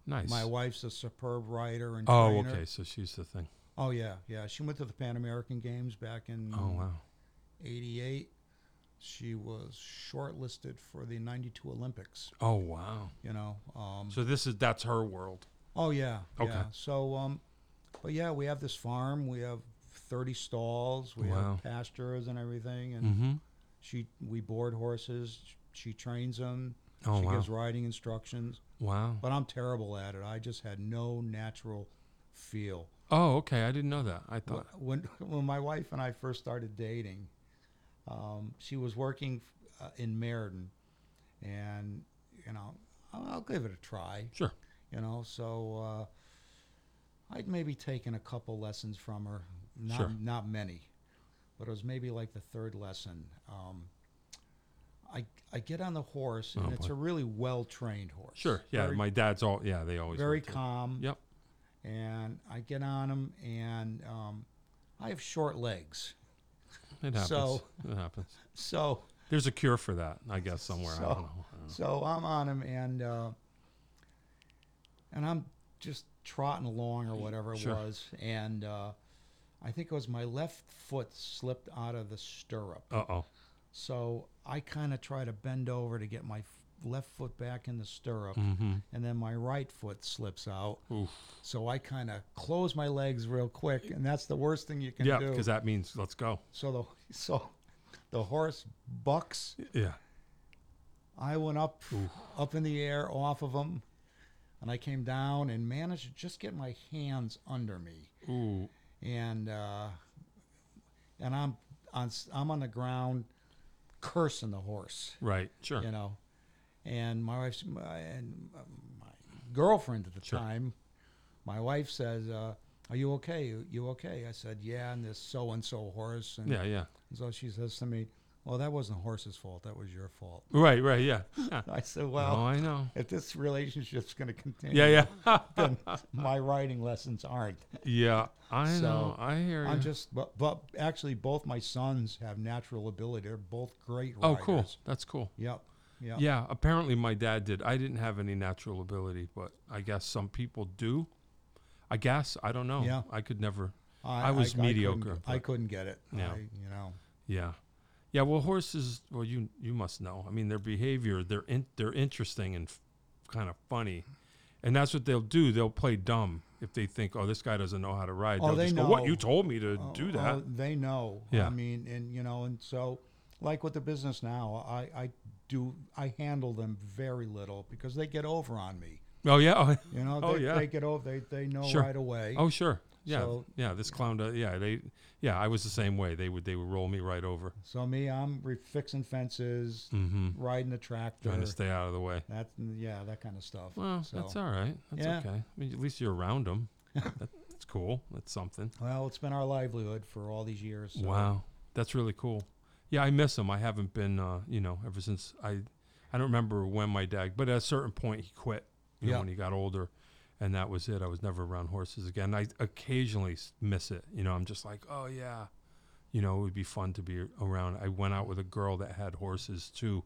[SPEAKER 1] Nice.
[SPEAKER 2] my wife's a superb rider and
[SPEAKER 1] oh,
[SPEAKER 2] trainer.
[SPEAKER 1] okay. So she's the thing.
[SPEAKER 2] Oh yeah, yeah. She went to the Pan American Games back in
[SPEAKER 1] Oh, wow.
[SPEAKER 2] 88. She was shortlisted for the 92 Olympics,
[SPEAKER 1] Oh, wow.
[SPEAKER 2] you know. Um,
[SPEAKER 1] So this is that's her world.
[SPEAKER 2] oh, yeah.
[SPEAKER 1] Okay.
[SPEAKER 2] Yeah. So, um, but yeah, we have this farm. We have 30 stalls. We
[SPEAKER 1] Wow.
[SPEAKER 2] have pastures and everything. And
[SPEAKER 1] Mm-hmm.
[SPEAKER 2] she, we board horses. She trains them.
[SPEAKER 1] Oh,
[SPEAKER 2] she
[SPEAKER 1] wow.
[SPEAKER 2] gives riding instructions.
[SPEAKER 1] Wow.
[SPEAKER 2] But I'm terrible at it. I just had no natural feel.
[SPEAKER 1] Oh, okay. I didn't know that. I
[SPEAKER 2] Wh-
[SPEAKER 1] thought.
[SPEAKER 2] when when my wife and I first started dating, um, she was working uh, in Meriden, and you know I'll, I'll give it a try.
[SPEAKER 1] Sure.
[SPEAKER 2] You know, so uh, I'd maybe taken a couple lessons from her, not
[SPEAKER 1] Sure.
[SPEAKER 2] not many, but it was maybe like the third lesson. Um, I I get on the horse, and
[SPEAKER 1] Oh,
[SPEAKER 2] it's
[SPEAKER 1] boy.
[SPEAKER 2] a really well trained horse.
[SPEAKER 1] Sure. Yeah.
[SPEAKER 2] very,
[SPEAKER 1] my dad's all. Yeah. They always.
[SPEAKER 2] very
[SPEAKER 1] were, too.
[SPEAKER 2] calm
[SPEAKER 1] Yep.
[SPEAKER 2] and I get on him, and um, I have short legs,
[SPEAKER 1] It happens.
[SPEAKER 2] So-
[SPEAKER 1] it happens.
[SPEAKER 2] so
[SPEAKER 1] There's a cure for that, I guess, somewhere. I
[SPEAKER 2] So-
[SPEAKER 1] don't know. I don't know.
[SPEAKER 2] so I'm on him, and uh, and I'm just trotting along or whatever it
[SPEAKER 1] Sure.
[SPEAKER 2] was, and uh, I think it was my left foot slipped out of the stirrup,
[SPEAKER 1] Uh oh.
[SPEAKER 2] so I kind of try to bend over to get my f- left foot back in the stirrup,
[SPEAKER 1] Mm-hmm.
[SPEAKER 2] and then my right foot slips out,
[SPEAKER 1] Oof.
[SPEAKER 2] so I kind of close my legs real quick, and that's the worst thing you can
[SPEAKER 1] Yeah,
[SPEAKER 2] do.
[SPEAKER 1] because that means let's go.
[SPEAKER 2] So the so the horse bucks.
[SPEAKER 1] Yeah.
[SPEAKER 2] I went up up in the air off of him, and I came down and managed to just get my hands under me,
[SPEAKER 1] Ooh.
[SPEAKER 2] and uh, and I'm on s- I'm on the ground cursing the horse,
[SPEAKER 1] Right. Sure.
[SPEAKER 2] you know, and my wife's my, and my girlfriend at the
[SPEAKER 1] Sure.
[SPEAKER 2] time, my wife says. Uh, are you okay? You, you okay? I said, yeah, and this so and so horse. And
[SPEAKER 1] Yeah. Yeah.
[SPEAKER 2] and so she says to me, Well, that wasn't the horse's fault. That was your fault.
[SPEAKER 1] Right. Right. Yeah. yeah.
[SPEAKER 2] I said,
[SPEAKER 1] oh,
[SPEAKER 2] Well,
[SPEAKER 1] I know.
[SPEAKER 2] if this relationship's going to continue,
[SPEAKER 1] Yeah. Yeah.
[SPEAKER 2] then my writing lessons aren't.
[SPEAKER 1] yeah. I
[SPEAKER 2] So,
[SPEAKER 1] know. I hear you.
[SPEAKER 2] I'm just, but, but actually, both my sons have natural ability. They're both great
[SPEAKER 1] oh,
[SPEAKER 2] writers.
[SPEAKER 1] cool. That's cool.
[SPEAKER 2] Yep. Yep.
[SPEAKER 1] Yeah, apparently my dad did. I didn't have any natural ability, but I guess some people do. I guess I don't know.
[SPEAKER 2] Yeah.
[SPEAKER 1] I could never. I was
[SPEAKER 2] couldn't-
[SPEAKER 1] mediocre,
[SPEAKER 2] I,
[SPEAKER 1] but-
[SPEAKER 2] couldn't get it.
[SPEAKER 1] Yeah.
[SPEAKER 2] I, you know,
[SPEAKER 1] Yeah, yeah. Well, horses. Well, you you must know. I mean, their behavior. They're in, they're interesting and f- kind of funny, and that's what they'll do. They'll play dumb if they think, oh, this guy doesn't know how to ride.
[SPEAKER 2] Oh,
[SPEAKER 1] they'll
[SPEAKER 2] they
[SPEAKER 1] just go, what
[SPEAKER 2] know.
[SPEAKER 1] you told me to
[SPEAKER 2] Oh,
[SPEAKER 1] do
[SPEAKER 2] oh,
[SPEAKER 1] that.
[SPEAKER 2] they know.
[SPEAKER 1] Yeah.
[SPEAKER 2] I mean, and, you know, and so, like with the business now, I, I do, I handle them very little because they get over on me.
[SPEAKER 1] Oh, yeah. Oh,
[SPEAKER 2] You know, they,
[SPEAKER 1] Oh, yeah.
[SPEAKER 2] they get over, they, they know
[SPEAKER 1] Sure.
[SPEAKER 2] right away.
[SPEAKER 1] oh, sure. Yeah,
[SPEAKER 2] So-
[SPEAKER 1] yeah. This clown. Does, yeah, they. Yeah, I was the same way. They would they would roll me right over,
[SPEAKER 2] So me, I'm re- fixing fences,
[SPEAKER 1] Mhm.
[SPEAKER 2] riding the tractor.
[SPEAKER 1] trying to stay out of the way.
[SPEAKER 2] That yeah, that kind of stuff.
[SPEAKER 1] Well,
[SPEAKER 2] so,
[SPEAKER 1] that's all right. That's
[SPEAKER 2] Yeah.
[SPEAKER 1] okay. I mean, at least you're around them. that's cool. That's something.
[SPEAKER 2] well, it's been our livelihood for all these years. so-
[SPEAKER 1] Wow, that's really cool. Yeah, I miss him. I haven't been, uh, you know, ever since I, I don't remember when my dad, but at a certain point he quit. You know,
[SPEAKER 2] Yeah.
[SPEAKER 1] when he got older, and that was it. I was never around horses again. I occasionally s- miss it. You know, I'm just like, oh yeah, you know, it would be fun to be around. I went out with a girl that had horses too,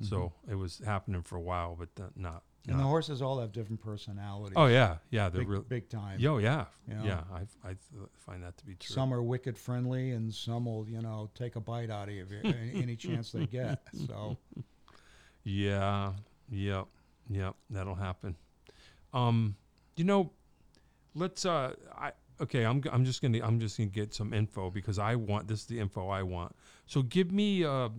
[SPEAKER 1] so it was happening for a while, but th- not.
[SPEAKER 2] And Mm-hmm. the
[SPEAKER 1] not-
[SPEAKER 2] horses all have different personalities.
[SPEAKER 1] oh yeah, yeah, they're
[SPEAKER 2] big,
[SPEAKER 1] real.
[SPEAKER 2] big time.
[SPEAKER 1] Yo, yeah,
[SPEAKER 2] Yeah.
[SPEAKER 1] yeah. I I th- find that to be true.
[SPEAKER 2] Some are wicked friendly, and some will, you know, take a bite out of you any, any chance they get. So
[SPEAKER 1] Yeah, yep, Yep, that'll happen. Um, you know, let's. Uh, I okay. I'm. g- I'm just gonna. I'm just gonna get some info because I want this. Is the info I want. So give me. Uh,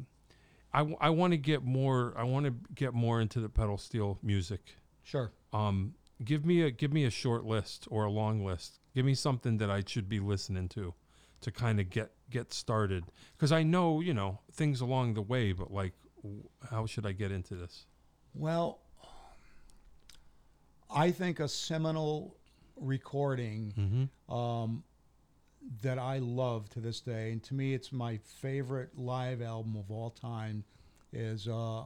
[SPEAKER 1] I, w- I want to get more. I want to get more into the pedal steel music.
[SPEAKER 2] Sure.
[SPEAKER 1] Um, give me a give me a short list or a long list. Give me something that I should be listening to, to kind of get get started. Because I know you know things along the way, but like, w- how should I get into this?
[SPEAKER 2] Well, I think a seminal recording
[SPEAKER 1] Mm-hmm.
[SPEAKER 2] um, that I love to this day, and to me, it's my favorite live album of all time, is uh,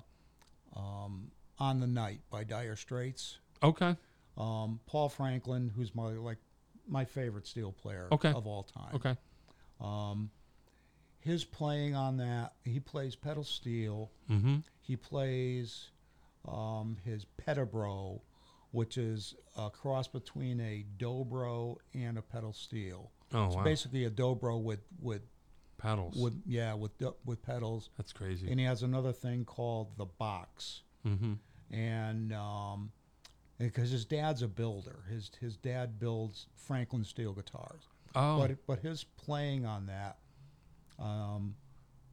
[SPEAKER 2] um, "On the Night" by Dire Straits.
[SPEAKER 1] Okay.
[SPEAKER 2] Um, Paul Franklin, who's my like my favorite steel player
[SPEAKER 1] Okay.
[SPEAKER 2] of all time.
[SPEAKER 1] Okay.
[SPEAKER 2] Um, his playing on that, he plays pedal steel.
[SPEAKER 1] Mm-hmm.
[SPEAKER 2] He plays um, his petabro, which is a cross between a dobro and a pedal steel.
[SPEAKER 1] Oh
[SPEAKER 2] it's
[SPEAKER 1] wow.
[SPEAKER 2] basically a dobro with with
[SPEAKER 1] Paddles.
[SPEAKER 2] with yeah with do- with pedals,
[SPEAKER 1] That's crazy.
[SPEAKER 2] and he has another thing called the box,
[SPEAKER 1] Mm-hmm.
[SPEAKER 2] and um, because his dad's a builder, his his dad builds Franklin steel guitars
[SPEAKER 1] Oh.
[SPEAKER 2] but but his playing on that, um,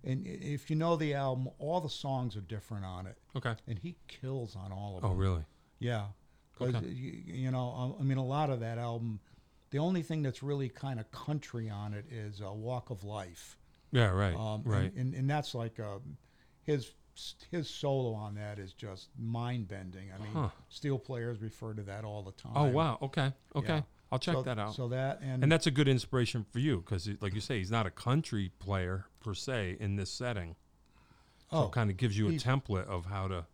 [SPEAKER 2] and i- if you know the album, all the songs are different on it,
[SPEAKER 1] okay.
[SPEAKER 2] and he kills on all of
[SPEAKER 1] Oh
[SPEAKER 2] them.
[SPEAKER 1] really?
[SPEAKER 2] Yeah, 'Cause
[SPEAKER 1] Okay.
[SPEAKER 2] you, you know, um, I, I mean, a lot of that album. The only thing that's really kind of country on it is uh, "Walk of Life,"
[SPEAKER 1] Yeah. Right.
[SPEAKER 2] um,
[SPEAKER 1] right.
[SPEAKER 2] and, and, and that's like um his his solo on that is just mind bending. I mean,
[SPEAKER 1] Huh.
[SPEAKER 2] steel players refer to that all the time.
[SPEAKER 1] oh wow. Okay. Okay.
[SPEAKER 2] Yeah.
[SPEAKER 1] I'll check
[SPEAKER 2] So-
[SPEAKER 1] that out.
[SPEAKER 2] So that and,
[SPEAKER 1] and that's a good inspiration for you because, like you say, he's not a country player per se in this setting. So
[SPEAKER 2] oh,
[SPEAKER 1] it kind of gives you a
[SPEAKER 2] he's-
[SPEAKER 1] template of how to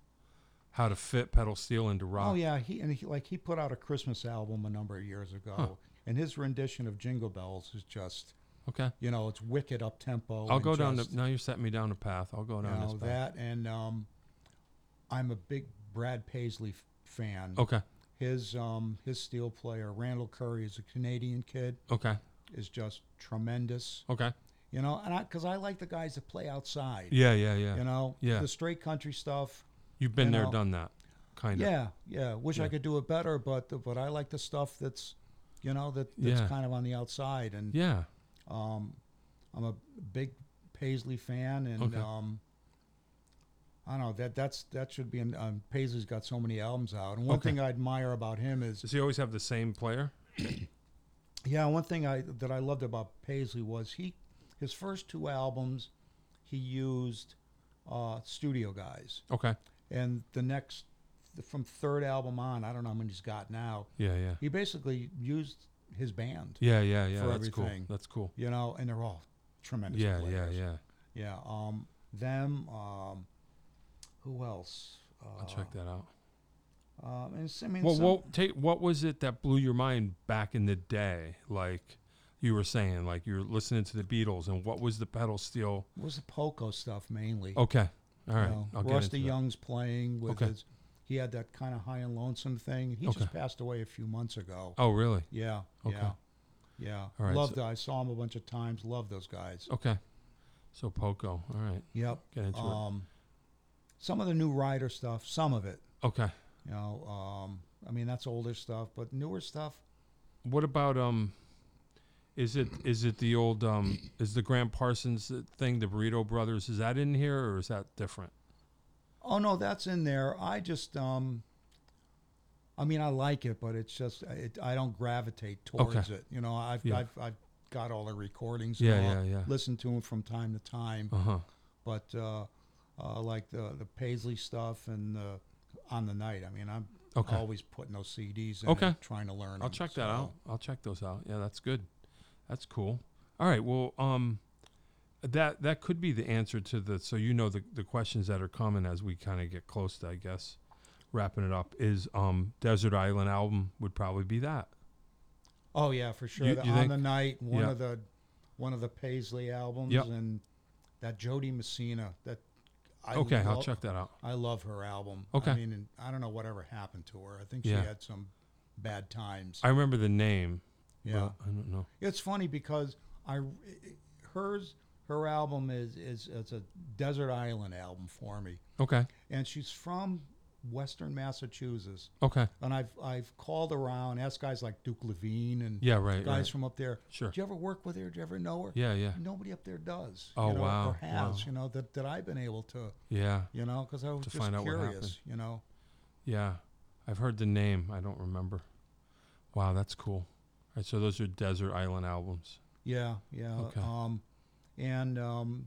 [SPEAKER 1] how to fit pedal steel into rock.
[SPEAKER 2] Oh yeah, he and he, like he put out a Christmas album a number of years ago, and his rendition of Jingle Bells is just
[SPEAKER 1] Okay.
[SPEAKER 2] you know it's wicked up tempo.
[SPEAKER 1] I'll go down
[SPEAKER 2] just,
[SPEAKER 1] the. Now you're setting me down a path. I'll go
[SPEAKER 2] you
[SPEAKER 1] down
[SPEAKER 2] know,
[SPEAKER 1] this path.
[SPEAKER 2] that, and um, I'm a big Brad Paisley f- fan.
[SPEAKER 1] Okay.
[SPEAKER 2] His um his steel player Randall Curry is a Canadian kid
[SPEAKER 1] Okay.
[SPEAKER 2] is just tremendous.
[SPEAKER 1] Okay.
[SPEAKER 2] You know, and I because I like the guys that play outside.
[SPEAKER 1] Yeah. Yeah. Yeah.
[SPEAKER 2] You know,
[SPEAKER 1] Yeah.
[SPEAKER 2] the straight country stuff.
[SPEAKER 1] You've been
[SPEAKER 2] you
[SPEAKER 1] there,
[SPEAKER 2] know,
[SPEAKER 1] done that. Kind of.
[SPEAKER 2] Yeah, yeah. Wish
[SPEAKER 1] Yeah.
[SPEAKER 2] I could do it better, but the, but I like the stuff that's, you know, that that's
[SPEAKER 1] Yeah.
[SPEAKER 2] kind of on the outside. And
[SPEAKER 1] Yeah.
[SPEAKER 2] um, I'm a big Paisley fan, and
[SPEAKER 1] Okay.
[SPEAKER 2] um, I don't know that that's that should be. In, um, Paisley's got so many albums out, and one
[SPEAKER 1] Okay.
[SPEAKER 2] thing I admire about him is,
[SPEAKER 1] Does he always have the same player?
[SPEAKER 2] yeah, one thing I that I loved about Paisley was he, his first two albums, he used uh, studio guys,
[SPEAKER 1] Okay.
[SPEAKER 2] and the next. From third album on, I don't know how many he's got now.
[SPEAKER 1] Yeah. Yeah.
[SPEAKER 2] he basically used his band,
[SPEAKER 1] Yeah, yeah, yeah.
[SPEAKER 2] for
[SPEAKER 1] That's
[SPEAKER 2] everything.
[SPEAKER 1] cool. That's cool.
[SPEAKER 2] you know, and they're all tremendous
[SPEAKER 1] Yeah, yeah,
[SPEAKER 2] players.
[SPEAKER 1] yeah.
[SPEAKER 2] yeah, yeah. Um, them, um, who else? Uh,
[SPEAKER 1] I'll check that out.
[SPEAKER 2] Um, and s- I mean,
[SPEAKER 1] Well,
[SPEAKER 2] some-
[SPEAKER 1] what take what was it that blew your mind back in the day? Like you were saying, like you were listening to the Beatles, and what was the pedal steel?
[SPEAKER 2] it was the Poco stuff mainly.
[SPEAKER 1] Okay, all right.
[SPEAKER 2] you know,
[SPEAKER 1] I'll get
[SPEAKER 2] Rusty
[SPEAKER 1] into that.
[SPEAKER 2] Young's playing with
[SPEAKER 1] Okay.
[SPEAKER 2] his. He had that kind of high and lonesome thing. He
[SPEAKER 1] Okay.
[SPEAKER 2] just passed away a few months ago.
[SPEAKER 1] Oh, really?
[SPEAKER 2] Yeah,
[SPEAKER 1] Okay.
[SPEAKER 2] yeah, yeah.
[SPEAKER 1] right,
[SPEAKER 2] Loved.
[SPEAKER 1] so-
[SPEAKER 2] I saw him a bunch of times. Loved those guys.
[SPEAKER 1] Okay. So Poco. All right.
[SPEAKER 2] Yep.
[SPEAKER 1] Get into
[SPEAKER 2] Um, some of the new Rider stuff. Some of it.
[SPEAKER 1] it. Okay.
[SPEAKER 2] You know, um, I mean that's older stuff, but newer stuff.
[SPEAKER 1] What about um? Is it is it the old um? Is the Grand Parsons thing the Burrito Brothers? Is that in here or is that different?
[SPEAKER 2] Oh no, that's in there. I just, um, I mean, I like it, but it's just uh, it, I don't gravitate towards it. You know, I've,
[SPEAKER 1] Yeah.
[SPEAKER 2] I've I've got all the recordings.
[SPEAKER 1] Yeah,
[SPEAKER 2] and all.
[SPEAKER 1] yeah, yeah.
[SPEAKER 2] Listen to them from time to time,
[SPEAKER 1] Uh huh.
[SPEAKER 2] but uh, uh, like the the Paisley stuff and the on the night. I mean, I'm
[SPEAKER 1] Okay.
[SPEAKER 2] always putting those CDs in,
[SPEAKER 1] Okay.
[SPEAKER 2] and trying to learn.
[SPEAKER 1] I'll
[SPEAKER 2] 'em,
[SPEAKER 1] check
[SPEAKER 2] so-
[SPEAKER 1] that out. I'll check those out. Yeah, that's good. That's cool. All right. Well, um, that that could be the answer to the so you know the the questions that are coming as we kind of get close to I guess wrapping it up is um desert island album would probably be that
[SPEAKER 2] Oh yeah, for sure.
[SPEAKER 1] You-
[SPEAKER 2] the
[SPEAKER 1] you
[SPEAKER 2] on
[SPEAKER 1] think-
[SPEAKER 2] the night, one
[SPEAKER 1] Yeah.
[SPEAKER 2] of the one of the Paisley albums,
[SPEAKER 1] Yep.
[SPEAKER 2] and that Jody Messina. That I
[SPEAKER 1] okay i'll
[SPEAKER 2] lo-
[SPEAKER 1] check that out
[SPEAKER 2] I love her album.
[SPEAKER 1] Okay.
[SPEAKER 2] I mean, and I don't know whatever happened to her. I think
[SPEAKER 1] Yeah.
[SPEAKER 2] she had some bad times.
[SPEAKER 1] i remember the name
[SPEAKER 2] yeah,
[SPEAKER 1] but i don't know
[SPEAKER 2] it's funny because I hers her album is is it's a desert island album for me,
[SPEAKER 1] okay
[SPEAKER 2] and she's from Western Massachusetts,
[SPEAKER 1] Okay.
[SPEAKER 2] and I've I've called around, asked guys like Duke Levine and
[SPEAKER 1] Yeah, right,
[SPEAKER 2] guys
[SPEAKER 1] right.
[SPEAKER 2] from up there.
[SPEAKER 1] Sure.
[SPEAKER 2] Do you ever work with her? Do you ever know her?
[SPEAKER 1] Yeah, yeah.
[SPEAKER 2] Nobody up there does.
[SPEAKER 1] Oh,
[SPEAKER 2] you know,
[SPEAKER 1] wow,
[SPEAKER 2] Or has
[SPEAKER 1] wow.
[SPEAKER 2] you know that that I've been able to
[SPEAKER 1] Yeah.
[SPEAKER 2] you know because I was
[SPEAKER 1] To
[SPEAKER 2] just
[SPEAKER 1] find out what happened.
[SPEAKER 2] curious you know.
[SPEAKER 1] Yeah. I've heard the name. I don't remember. Wow, that's cool. All right, so those are Desert Island albums.
[SPEAKER 2] Yeah, yeah.
[SPEAKER 1] Okay.
[SPEAKER 2] Um, and um,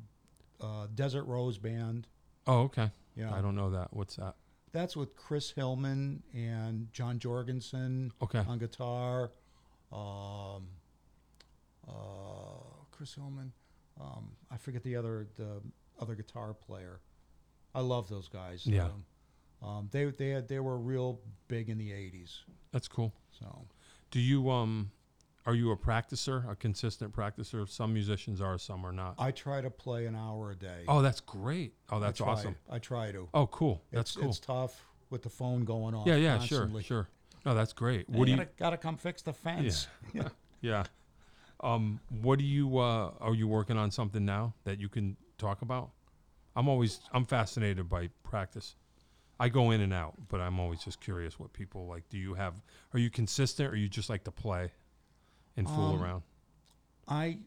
[SPEAKER 2] uh, Desert Rose Band.
[SPEAKER 1] Oh, okay.
[SPEAKER 2] Yeah,
[SPEAKER 1] I don't know that. What's that?
[SPEAKER 2] that's with Chris Hillman and John Jorgensen
[SPEAKER 1] Okay.
[SPEAKER 2] on guitar. Um, uh, Chris Hillman. Um, I forget the other the other guitar player. I love those guys.
[SPEAKER 1] Yeah.
[SPEAKER 2] Um, um, they they had, they were real big in the '80s.
[SPEAKER 1] That's cool.
[SPEAKER 2] So
[SPEAKER 1] Do you um are you a practicer, a consistent practicer? Some musicians are, some are not.
[SPEAKER 2] I try to play an hour a day.
[SPEAKER 1] Oh, that's great. Oh,
[SPEAKER 2] I
[SPEAKER 1] that's
[SPEAKER 2] try.
[SPEAKER 1] awesome.
[SPEAKER 2] I try to.
[SPEAKER 1] Oh, cool. That's
[SPEAKER 2] it's,
[SPEAKER 1] cool.
[SPEAKER 2] It's tough with the phone going off.
[SPEAKER 1] yeah, yeah,
[SPEAKER 2] constantly.
[SPEAKER 1] sure, sure. No, that's great.
[SPEAKER 2] Hey,
[SPEAKER 1] What do you
[SPEAKER 2] gotta, gotta come fix the fence.
[SPEAKER 1] Yeah. Um, what do you uh, are you working on something now that you can talk about? I'm always I'm fascinated by practice. I go in and out, but I'm always just curious what people like. Do you have are you consistent or you just like to play and fool
[SPEAKER 2] Um,
[SPEAKER 1] around?
[SPEAKER 2] I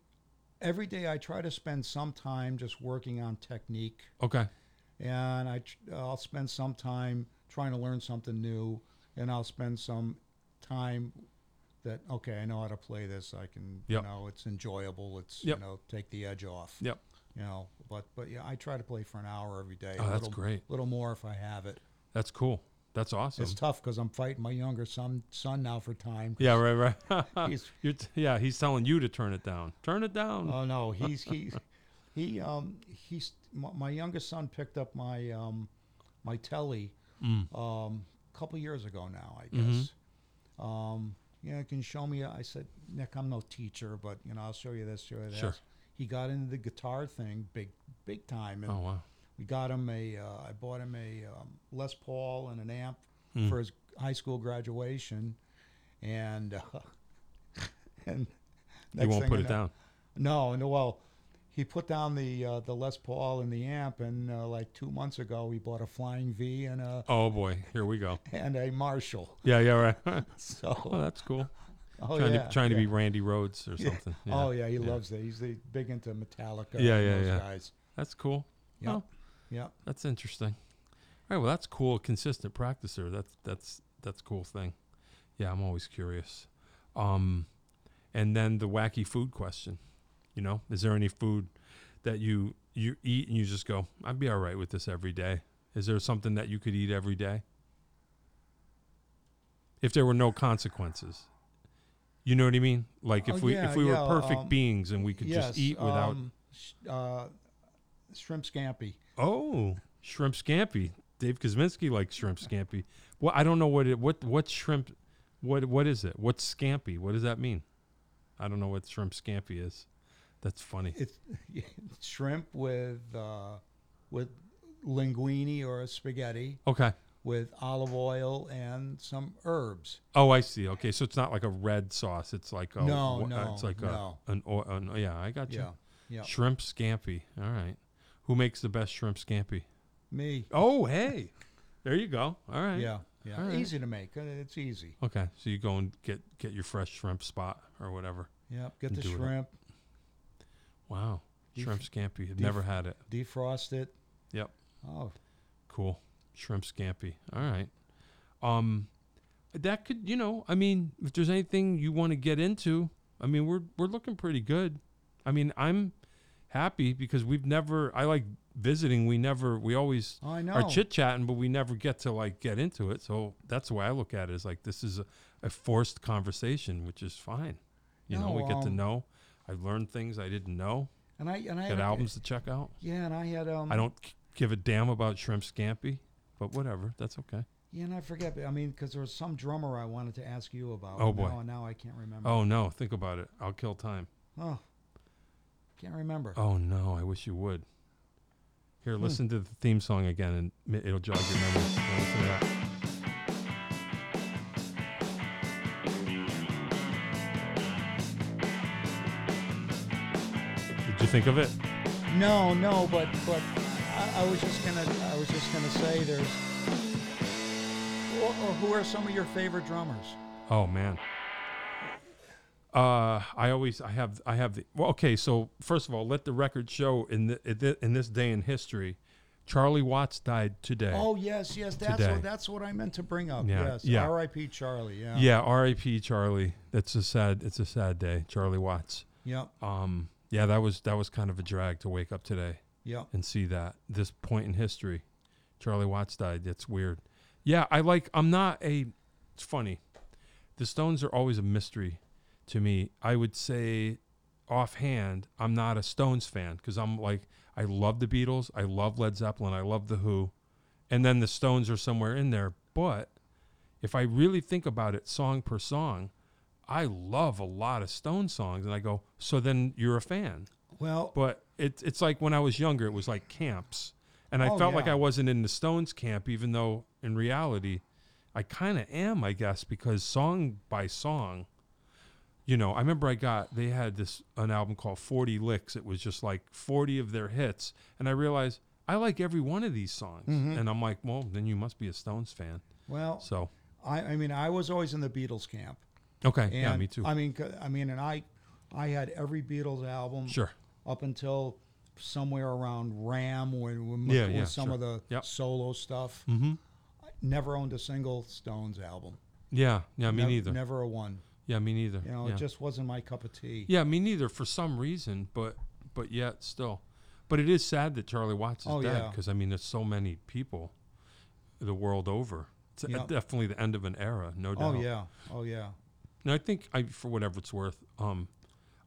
[SPEAKER 2] every day I try to spend some time just working on technique,
[SPEAKER 1] Okay.
[SPEAKER 2] and I tr- I'll spend some time trying to learn something new, and I'll spend some time that okay I know how to play this. I can
[SPEAKER 1] Yep.
[SPEAKER 2] you know it's enjoyable. It's
[SPEAKER 1] Yep.
[SPEAKER 2] you know take the edge off.
[SPEAKER 1] Yep.
[SPEAKER 2] You know, but but yeah, I try to play for an hour every day.
[SPEAKER 1] Oh,
[SPEAKER 2] a
[SPEAKER 1] that's
[SPEAKER 2] little,
[SPEAKER 1] great.
[SPEAKER 2] Little more if I have it.
[SPEAKER 1] That's cool. That's awesome.
[SPEAKER 2] It's tough because I'm fighting my younger son son now for time.
[SPEAKER 1] yeah, right, right.
[SPEAKER 2] He's-
[SPEAKER 1] You're t- yeah, he's telling you to turn it down. Turn it down.
[SPEAKER 2] Oh no, he's he he um he's my, my youngest son picked up my um my telly
[SPEAKER 1] Mm.
[SPEAKER 2] um a couple years ago now, I
[SPEAKER 1] Mm-hmm.
[SPEAKER 2] guess. Um yeah, you can show me. I said, Nick, I'm no teacher, but you know, I'll show you this, show you that.
[SPEAKER 1] Sure.
[SPEAKER 2] He got into the guitar thing big, big time, and
[SPEAKER 1] oh wow.
[SPEAKER 2] we got him a. Uh, I bought him a um, Les Paul and an amp
[SPEAKER 1] Hmm.
[SPEAKER 2] for his high school graduation, and uh, and
[SPEAKER 1] You won't
[SPEAKER 2] thing
[SPEAKER 1] put
[SPEAKER 2] I
[SPEAKER 1] it
[SPEAKER 2] know-
[SPEAKER 1] down.
[SPEAKER 2] no, no. Well, he put down the uh, the Les Paul and the amp, and uh, like two months ago, we bought a Flying V and a
[SPEAKER 1] Oh boy, here we go.
[SPEAKER 2] and a Marshall.
[SPEAKER 1] Yeah, yeah, right. oh,
[SPEAKER 2] So,
[SPEAKER 1] that's cool.
[SPEAKER 2] oh
[SPEAKER 1] trying
[SPEAKER 2] yeah,
[SPEAKER 1] to trying
[SPEAKER 2] yeah.
[SPEAKER 1] to be Randy Rhodes or something.
[SPEAKER 2] Oh yeah, he loves that. He's the big into Metallica.
[SPEAKER 1] Yeah,
[SPEAKER 2] and
[SPEAKER 1] yeah,
[SPEAKER 2] those
[SPEAKER 1] yeah.
[SPEAKER 2] Guys.
[SPEAKER 1] That's cool.
[SPEAKER 2] Yep.
[SPEAKER 1] Oh,
[SPEAKER 2] Yep.
[SPEAKER 1] that's interesting. All right, well, that's cool. Consistent practicer. That's that's that's a cool thing. Yeah, I'm always curious. Um, and then the wacky food question. You know, is there any food that you you eat and you just go, I'd be all right with this every day? Is there something that you could eat every day? If there were no consequences. You know what I mean? Like if
[SPEAKER 2] Oh,
[SPEAKER 1] we
[SPEAKER 2] yeah,
[SPEAKER 1] if we
[SPEAKER 2] yeah,
[SPEAKER 1] were perfect
[SPEAKER 2] um,
[SPEAKER 1] beings and we could just eat without
[SPEAKER 2] um, sh- uh, shrimp scampi.
[SPEAKER 1] Oh, shrimp scampi. Dave Kosminski likes shrimp scampi. Well, I don't know what it what what shrimp what what is it? What's scampi? What does that mean? I don't know what shrimp scampi is. That's funny.
[SPEAKER 2] It's shrimp with uh, with linguine or spaghetti
[SPEAKER 1] Okay.
[SPEAKER 2] with olive oil and some herbs.
[SPEAKER 1] Oh, I see. Okay, so it's not like a red sauce. It's like a
[SPEAKER 2] No,
[SPEAKER 1] wha- uh,
[SPEAKER 2] no,
[SPEAKER 1] it's like
[SPEAKER 2] no.
[SPEAKER 1] a an, o- an oh, yeah. I got you.
[SPEAKER 2] Yeah. Yeah.
[SPEAKER 1] Shrimp scampi. All right. Who makes the best shrimp scampi?
[SPEAKER 2] Me.
[SPEAKER 1] Oh, hey, there you go. All right.
[SPEAKER 2] Yeah, yeah.
[SPEAKER 1] All right.
[SPEAKER 2] Easy to make. uh, It's easy.
[SPEAKER 1] Okay, so you go and get get your fresh shrimp spot or whatever.
[SPEAKER 2] Yep. Get
[SPEAKER 1] And
[SPEAKER 2] the
[SPEAKER 1] do it up.
[SPEAKER 2] shrimp,
[SPEAKER 1] Wow.
[SPEAKER 2] Def-
[SPEAKER 1] shrimp scampi. I've
[SPEAKER 2] def-
[SPEAKER 1] never had it.
[SPEAKER 2] defrost it.
[SPEAKER 1] Yep.
[SPEAKER 2] Oh,
[SPEAKER 1] Cool. Shrimp scampi. All right. Um that could, you know, I mean, if there's anything you want to get into, I mean, we're we're looking pretty good. I mean, I'm happy because we've never I like visiting. We never we always
[SPEAKER 2] I know.
[SPEAKER 1] are chit-chatting, but we never get to like get into it. So that's the way I look at it is like this is a, a forced conversation, which is fine. You know,
[SPEAKER 2] No,
[SPEAKER 1] we get to
[SPEAKER 2] um,
[SPEAKER 1] know. I learned things I didn't know.
[SPEAKER 2] and I and I
[SPEAKER 1] Got
[SPEAKER 2] had,
[SPEAKER 1] albums to check out.
[SPEAKER 2] Yeah, and I had um.
[SPEAKER 1] I don't c- give a damn about shrimp scampi, but whatever. That's okay.
[SPEAKER 2] Yeah, and I forget. but I mean, because there was some drummer I wanted to ask you about.
[SPEAKER 1] Oh,
[SPEAKER 2] and
[SPEAKER 1] boy.
[SPEAKER 2] Now, now I can't remember.
[SPEAKER 1] Oh no, think about it. I'll kill time.
[SPEAKER 2] Oh, Can't remember.
[SPEAKER 1] Oh no, I wish you would. Here, listen to the theme song again, and mi- it'll jog your memory. Now listen to that. Did you think of it?
[SPEAKER 2] No, no, but but I, I was just gonna I was just gonna say there's Who, uh, who are some of your favorite drummers?
[SPEAKER 1] Oh man. Uh, I always I have I have the well okay so first of all let the record show in the, in thi- in this day in history, Charlie Watts died today.
[SPEAKER 2] Oh yes, yes, that's
[SPEAKER 1] Today.
[SPEAKER 2] what that's what I meant to bring up.
[SPEAKER 1] Yeah,
[SPEAKER 2] Yes,
[SPEAKER 1] yeah.
[SPEAKER 2] R.I.P. Charlie. Yeah.
[SPEAKER 1] yeah, R.I.P. Charlie. That's a sad it's a sad day. Charlie Watts.
[SPEAKER 2] Yep.
[SPEAKER 1] Um, yeah, that was that was kind of a drag to wake up today
[SPEAKER 2] Yep.
[SPEAKER 1] and see that this point in history, Charlie Watts died. That's weird. Yeah, I like. I'm not a. It's funny. The Stones are always a mystery to me. I would say, offhand, I'm not a Stones fan because I'm like I love the Beatles, I love Led Zeppelin, I love the Who, and then the Stones are somewhere in there. But if I really think about it, song per song. I love a lot of Stone songs, and I go. So then you're a fan
[SPEAKER 2] Well,
[SPEAKER 1] but it, it's like when I was younger, it was like camps, and I
[SPEAKER 2] Oh,
[SPEAKER 1] felt like
[SPEAKER 2] yeah.
[SPEAKER 1] I wasn't in the Stones camp, even though in reality, I kind of am, I guess, because song by song, you know. I remember I got they had this an album called Forty Licks. It was just like forty of their hits, and I realized I like every one of these songs,
[SPEAKER 2] Mm-hmm.
[SPEAKER 1] and I'm like, well, then you must be a Stones fan.
[SPEAKER 2] well,
[SPEAKER 1] So
[SPEAKER 2] I, I mean, I was always in the Beatles camp.
[SPEAKER 1] okay,
[SPEAKER 2] And
[SPEAKER 1] yeah, me too.
[SPEAKER 2] I mean, 'cause- I mean, and I, I had every Beatles album.
[SPEAKER 1] sure,
[SPEAKER 2] Up until somewhere around Ram, when when,
[SPEAKER 1] Yeah,
[SPEAKER 2] when
[SPEAKER 1] yeah,
[SPEAKER 2] some
[SPEAKER 1] sure.
[SPEAKER 2] of the
[SPEAKER 1] Yep.
[SPEAKER 2] solo stuff. Mm-hmm. I never owned a single Stones album.
[SPEAKER 1] yeah, yeah, me
[SPEAKER 2] Nev-
[SPEAKER 1] neither.
[SPEAKER 2] Never a one.
[SPEAKER 1] Yeah, me neither.
[SPEAKER 2] You know,
[SPEAKER 1] yeah.
[SPEAKER 2] it just wasn't my cup of tea.
[SPEAKER 1] Yeah, me neither for some reason, but but yet still. But it is sad that Charlie Watts is
[SPEAKER 2] Oh,
[SPEAKER 1] dead
[SPEAKER 2] yeah.
[SPEAKER 1] because I mean there's so many people the world over. It's
[SPEAKER 2] Yep.
[SPEAKER 1] definitely the end of an era, no doubt.
[SPEAKER 2] Oh yeah. Oh yeah.
[SPEAKER 1] And I think I for whatever it's worth, um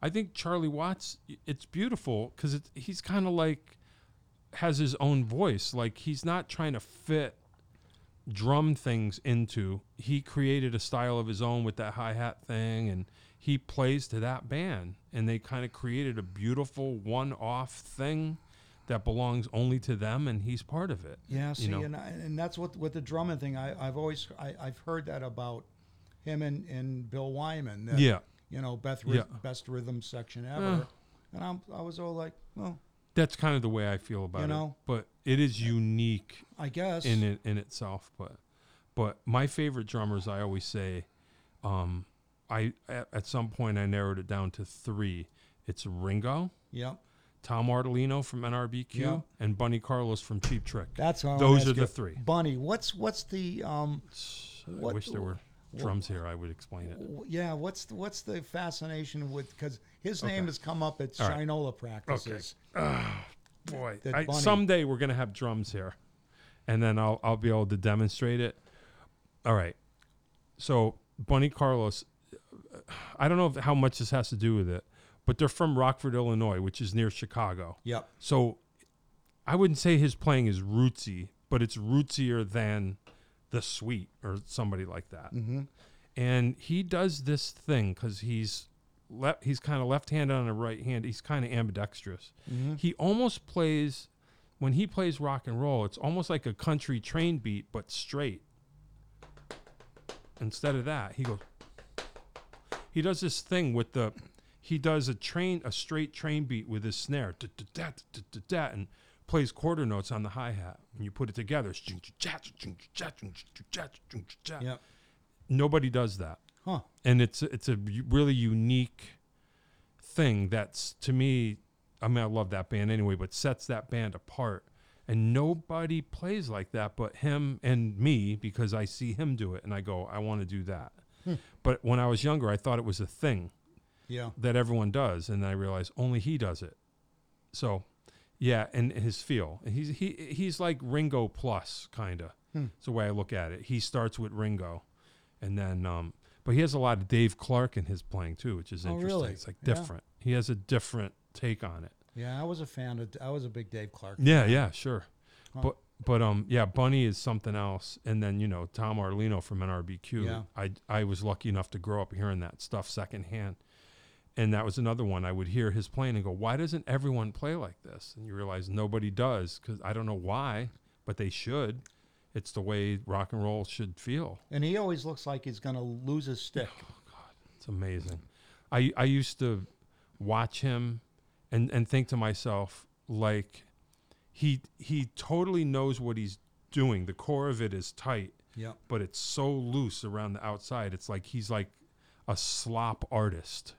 [SPEAKER 1] I think Charlie Watts y- it's beautiful cuz it he's kind of like has his own voice. Like he's not trying to fit drum things into. He created a style of his own with that hi hat thing, and he plays to that band. And they kind of created a beautiful one off thing that belongs only to them, and he's part of it.
[SPEAKER 2] Yeah, see,
[SPEAKER 1] know?
[SPEAKER 2] and, I, and that's what with the drumming thing. I, I've always I, I've heard that about him and, and Bill Wyman. That,
[SPEAKER 1] Yeah.
[SPEAKER 2] you know, best
[SPEAKER 1] Yeah.
[SPEAKER 2] best rhythm section ever. And I'm, I was all like, well,
[SPEAKER 1] That's kind of the way I feel about
[SPEAKER 2] know?
[SPEAKER 1] it. But it is unique
[SPEAKER 2] I guess.
[SPEAKER 1] in it in itself. But but my favorite drummers, I always say, um, I at, at some point I narrowed it down to three. It's Ringo.
[SPEAKER 2] Yep,
[SPEAKER 1] Tom Artolino from NRBQ
[SPEAKER 2] Yeah.
[SPEAKER 1] and Bunny Carlos from Cheap Trick.
[SPEAKER 2] that's how.
[SPEAKER 1] Those are the three.
[SPEAKER 2] Bunny, what's what's the um,
[SPEAKER 1] I
[SPEAKER 2] what-
[SPEAKER 1] wish there were drums here. I would explain it.
[SPEAKER 2] w- yeah, what's the, what's the fascination with because his name has come up at
[SPEAKER 1] All right.
[SPEAKER 2] Shinola practices.
[SPEAKER 1] Boy,
[SPEAKER 2] that
[SPEAKER 1] I,
[SPEAKER 2] Bunny-
[SPEAKER 1] someday we're gonna have drums here, and then I'll I'll be able to demonstrate it. All right. So Bunny Carlos, I don't know if, how much this has to do with it, but they're from Rockford, Illinois, which is near Chicago.
[SPEAKER 2] Yep.
[SPEAKER 1] So I wouldn't say his playing is rootsy, but it's rootsier than the Sweet or somebody like that. And he does this thing because he's le- he's kind of left-handed on a right hand. He's kind of ambidextrous. He almost plays when he plays rock and roll. It's almost like a country train beat, but straight. Instead of that, he goes. He does this thing with the. He does a train, a straight train beat with his snare, da, da, da, da, da, da, and plays quarter notes on the hi hat. And you put it together. Uh,
[SPEAKER 2] Yep.
[SPEAKER 1] Nobody does that
[SPEAKER 2] Huh.
[SPEAKER 1] and it's it's a u- really unique thing that's to me I mean I love that band anyway but sets that band apart and nobody plays like that but him and me because I see him do it and I go I want to do that but when I was younger I thought it was a thing
[SPEAKER 2] Yeah.
[SPEAKER 1] that everyone does and I realized only he does it so yeah and his feel he's he he's like Ringo plus kind of
[SPEAKER 2] Hmm.
[SPEAKER 1] it's the way I look at it he starts with Ringo and then um but he has a lot of Dave Clark in his playing too which is
[SPEAKER 2] Oh,
[SPEAKER 1] interesting
[SPEAKER 2] really?
[SPEAKER 1] it's like
[SPEAKER 2] Yeah.
[SPEAKER 1] different he has a different take on it
[SPEAKER 2] Yeah. I was a fan of. I was a big Dave Clark.
[SPEAKER 1] yeah yeah sure but but um yeah Bunny is something else and then you know Tom Arlino from NRBQ
[SPEAKER 2] Yeah.
[SPEAKER 1] I I was lucky enough to grow up hearing that stuff secondhand and that was another one I would hear his playing and go, why doesn't everyone play like this? And you realize nobody does because I don't know why, but they should. It's the way rock and roll should feel.
[SPEAKER 2] And he always looks like he's gonna lose his stick.
[SPEAKER 1] It's amazing. I I used to watch him and and think to myself like he he totally knows what he's doing. The core of it is tight,
[SPEAKER 2] Yep.
[SPEAKER 1] but it's so loose around the outside. It's like he's like a slop artist.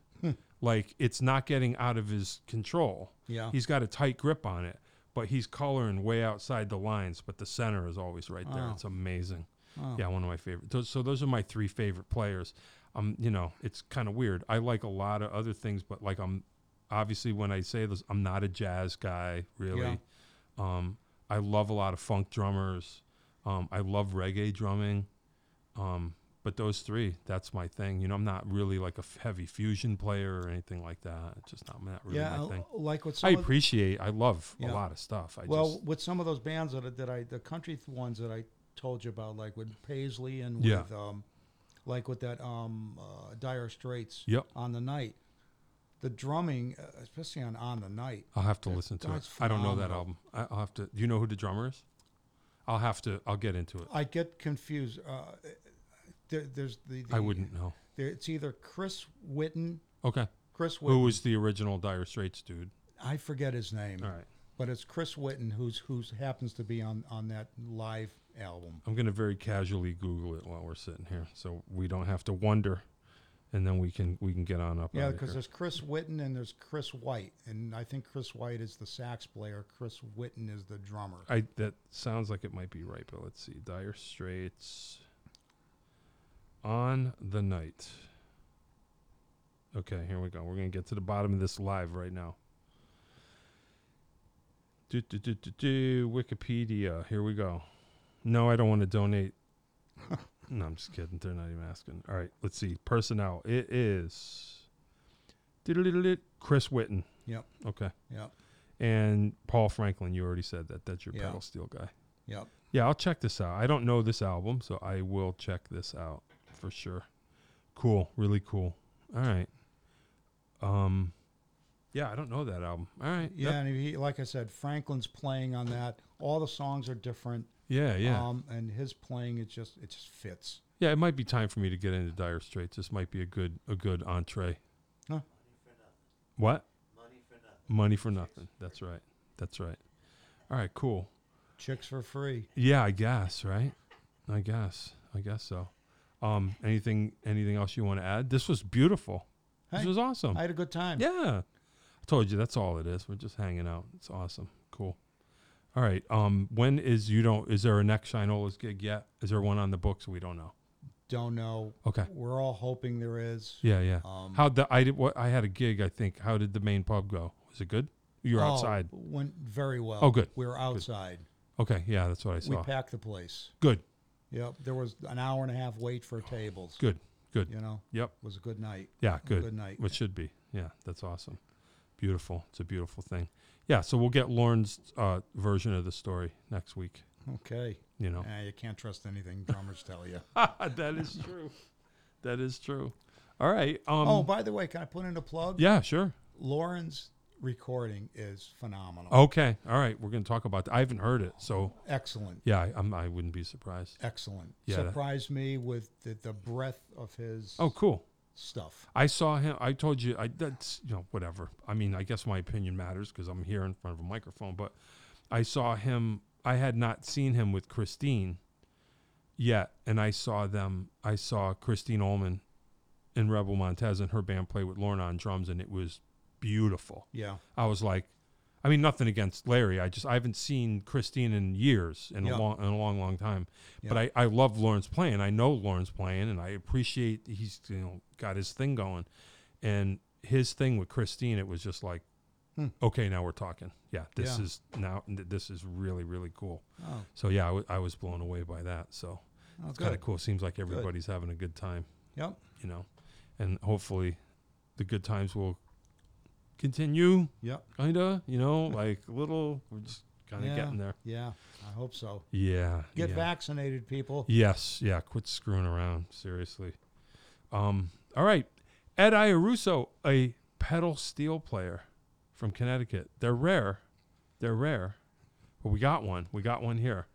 [SPEAKER 1] like it's not getting out of his control.
[SPEAKER 2] Yeah.
[SPEAKER 1] He's got a tight grip on it, but he's coloring way outside the lines, but the center is always right there.
[SPEAKER 2] Wow.
[SPEAKER 1] It's amazing.
[SPEAKER 2] Wow.
[SPEAKER 1] Yeah, one of my favorite. Those, so those are my three favorite players. Um, you know, it's kind of weird. I like a lot of other things, but like I'm obviously when I say this, I'm not a jazz guy really.
[SPEAKER 2] Yeah.
[SPEAKER 1] Um, I love a lot of funk drummers. Um, I love reggae drumming. Um, but those three, that's my thing. You know, I'm not really like a f- heavy fusion player or anything like that. It's just not, not really
[SPEAKER 2] yeah,
[SPEAKER 1] my
[SPEAKER 2] I-
[SPEAKER 1] thing.
[SPEAKER 2] like with some
[SPEAKER 1] I
[SPEAKER 2] of-
[SPEAKER 1] appreciate. I love
[SPEAKER 2] Yeah.
[SPEAKER 1] a lot of stuff. I
[SPEAKER 2] well
[SPEAKER 1] just
[SPEAKER 2] with some of those bands that I, that I the country th- ones that I told you about, like with Paisley and
[SPEAKER 1] Yeah.
[SPEAKER 2] with um, like with that um, uh, Dire Straits.
[SPEAKER 1] Yep.
[SPEAKER 2] On the night, the drumming, uh, especially on on the night.
[SPEAKER 1] I'll have to listen to it.
[SPEAKER 2] that's
[SPEAKER 1] I don't know that album.
[SPEAKER 2] phenomenal.
[SPEAKER 1] I- I'll have to. Do you know who the drummer is? I'll have to. I'll get into it.
[SPEAKER 2] I get confused. Uh, there, there's the, the
[SPEAKER 1] I wouldn't know.
[SPEAKER 2] There, it's either Chris Whitten,
[SPEAKER 1] Okay.
[SPEAKER 2] Chris
[SPEAKER 1] Who
[SPEAKER 2] Whitten.
[SPEAKER 1] was the original Dire Straits dude?
[SPEAKER 2] I forget his name,
[SPEAKER 1] All right.
[SPEAKER 2] but it's Chris Whitten who's who's happens to be on on that live album.
[SPEAKER 1] I'm gonna very casually Google it while we're sitting here, so we don't have to wonder, and then we can we can get on up.
[SPEAKER 2] Yeah,
[SPEAKER 1] outta
[SPEAKER 2] because
[SPEAKER 1] here.
[SPEAKER 2] there's Chris Whitten and there's Chris White, and I think Chris White is the sax player. Chris Whitten is the drummer.
[SPEAKER 1] I that sounds like it might be right, but let's see. Dire Straits on the night. Okay, here we go. We're gonna get to the bottom of this live right now. Do, do, do, do, do. Wikipedia. Here we go. No, I don't want to donate. no, I'm just kidding. They're not even asking. All right, let's see. Personnel. It is Chris Whitten.
[SPEAKER 2] Yep.
[SPEAKER 1] Okay.
[SPEAKER 2] Yep,
[SPEAKER 1] And Paul Franklin. You already said that. That's your
[SPEAKER 2] Yeah.
[SPEAKER 1] pedal steel guy.
[SPEAKER 2] yep.
[SPEAKER 1] Yeah, I'll check this out. I don't know this album, so I will check this out for sure. Cool, really cool. All right. Um Yeah, I don't know that album. All right.
[SPEAKER 2] Yeah,
[SPEAKER 1] that-
[SPEAKER 2] and he, like I said, Franklin's playing on that. All the songs are different.
[SPEAKER 1] yeah, yeah.
[SPEAKER 2] Um, and his playing, it just it just fits.
[SPEAKER 1] yeah, it might be time for me to get into Dire Straits. This might be a good a good entree.
[SPEAKER 3] Money for nothing.
[SPEAKER 1] What?
[SPEAKER 3] Money for nothing.
[SPEAKER 1] Money for nothing. That's right. That's right. All right, cool.
[SPEAKER 2] Chicks for free.
[SPEAKER 1] Yeah, I guess, right? I guess. I guess so. Um anything anything else you want to add? This was beautiful. This
[SPEAKER 2] Hey,
[SPEAKER 1] was awesome.
[SPEAKER 2] I had a good time.
[SPEAKER 1] Um, Yeah. I told you that's all it is. We're just hanging out. It's awesome. Cool. All right. Um when is you don't is there a next Shinola's gig yet? Is there one on the books? We don't know.
[SPEAKER 2] Don't know.
[SPEAKER 1] Okay.
[SPEAKER 2] We're all hoping there is.
[SPEAKER 1] Yeah, yeah.
[SPEAKER 2] Um,
[SPEAKER 1] How the I did what I had a gig, I think. How did the main pub go? Was it good? You were
[SPEAKER 2] Oh,
[SPEAKER 1] outside.
[SPEAKER 2] Went very well.
[SPEAKER 1] Oh, good.
[SPEAKER 2] We were outside.
[SPEAKER 1] Okay, yeah, that's what I
[SPEAKER 2] We
[SPEAKER 1] saw.
[SPEAKER 2] packed the place.
[SPEAKER 1] Good.
[SPEAKER 2] Yep. There was an hour and a half wait for tables.
[SPEAKER 1] Good. Good.
[SPEAKER 2] You know,
[SPEAKER 1] Yep.
[SPEAKER 2] it was a good night.
[SPEAKER 1] Yeah, good.
[SPEAKER 2] Good night.
[SPEAKER 1] Which should be. Yeah, that's awesome. Beautiful. It's a beautiful thing. Yeah, so we'll get Lauren's uh, version of the story next week,
[SPEAKER 2] Okay.
[SPEAKER 1] you know.
[SPEAKER 2] Yeah, you can't trust anything drummers tell you.
[SPEAKER 1] Um, that is true. That is true. All right. Um,
[SPEAKER 2] oh, by the way, can I put in a plug?
[SPEAKER 1] yeah, sure.
[SPEAKER 2] Lauren's recording is phenomenal.
[SPEAKER 1] Okay. All right. We're going to talk about that. I haven't heard it. So,
[SPEAKER 2] Excellent.
[SPEAKER 1] yeah, I, I'm, I wouldn't be surprised.
[SPEAKER 2] Excellent.
[SPEAKER 1] Yeah, that-
[SPEAKER 2] Surprised me with the, the breadth of his
[SPEAKER 1] Oh, cool.
[SPEAKER 2] stuff.
[SPEAKER 1] I saw him. I told you, I that's, you know, whatever. I mean, I guess my opinion matters because I'm here in front of a microphone, but I saw him. I had not seen him with Christine yet. And I saw them. I saw Christine Ullman and Rebel Montez and her band play with Lorna on drums, and it was beautiful.
[SPEAKER 2] Yeah.
[SPEAKER 1] I was like, I mean, nothing against Larry. I just I haven't seen Christine in years, in a
[SPEAKER 2] Yeah.
[SPEAKER 1] long, in a long, long time. But
[SPEAKER 2] Yeah.
[SPEAKER 1] I, I love Lawrence playing. I know Lawrence playing, and I appreciate he's you know got his thing going, and his thing with Christine, it was just like,
[SPEAKER 2] Hmm.
[SPEAKER 1] okay, now we're talking. Yeah, this
[SPEAKER 2] Yeah.
[SPEAKER 1] is now this is really really cool.
[SPEAKER 2] Oh,
[SPEAKER 1] So yeah, I wa- I was blown away by that. So
[SPEAKER 2] oh
[SPEAKER 1] it's kind of
[SPEAKER 2] good.
[SPEAKER 1] cool. Seems like everybody's having a good time
[SPEAKER 2] Yep.
[SPEAKER 1] you know, and hopefully the good times will continue.
[SPEAKER 2] Yep.
[SPEAKER 1] Kinda, you know, like a little. We're just kind of
[SPEAKER 2] Yeah.
[SPEAKER 1] getting there.
[SPEAKER 2] Yeah. I hope so.
[SPEAKER 1] Yeah.
[SPEAKER 2] Get
[SPEAKER 1] yeah.
[SPEAKER 2] vaccinated, people.
[SPEAKER 1] Yes. Yeah. Quit screwing around. Seriously. Um. All right. Ed Iaruso, a pedal steel player from Connecticut. They're rare. They're rare. But we got one. We got one here.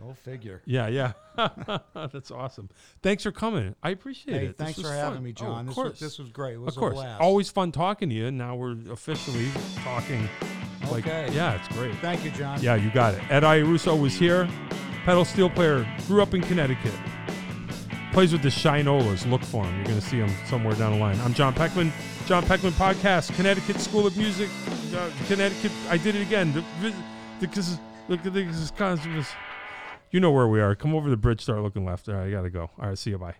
[SPEAKER 2] Go figure.
[SPEAKER 1] Yeah, yeah. That's awesome. Thanks for coming. I appreciate
[SPEAKER 2] Hey,
[SPEAKER 1] it. This
[SPEAKER 2] thanks
[SPEAKER 1] was
[SPEAKER 2] for having
[SPEAKER 1] fun.
[SPEAKER 2] me,
[SPEAKER 1] Oh,
[SPEAKER 2] John.
[SPEAKER 1] of
[SPEAKER 2] this,
[SPEAKER 1] course.
[SPEAKER 2] was, this was great. It was
[SPEAKER 1] of course.
[SPEAKER 2] a blast.
[SPEAKER 1] Always fun talking to you. and Now we're officially talking. Like,
[SPEAKER 2] Okay.
[SPEAKER 1] Yeah, it's great.
[SPEAKER 2] Thank you, John.
[SPEAKER 1] Yeah, you got it. Ed Iaruso was here. pedal steel player, grew up in Connecticut. Plays with the Shinolas. Look for him. You're going to see him somewhere down the line. I'm John Peckman. John Peckman Podcast, Connecticut School of Music, uh, Connecticut. I did it again. The, vis- the, the, look at the, the, you know where we are. Come over the bridge, start looking left. All right, I got to go. All right, see you. Bye.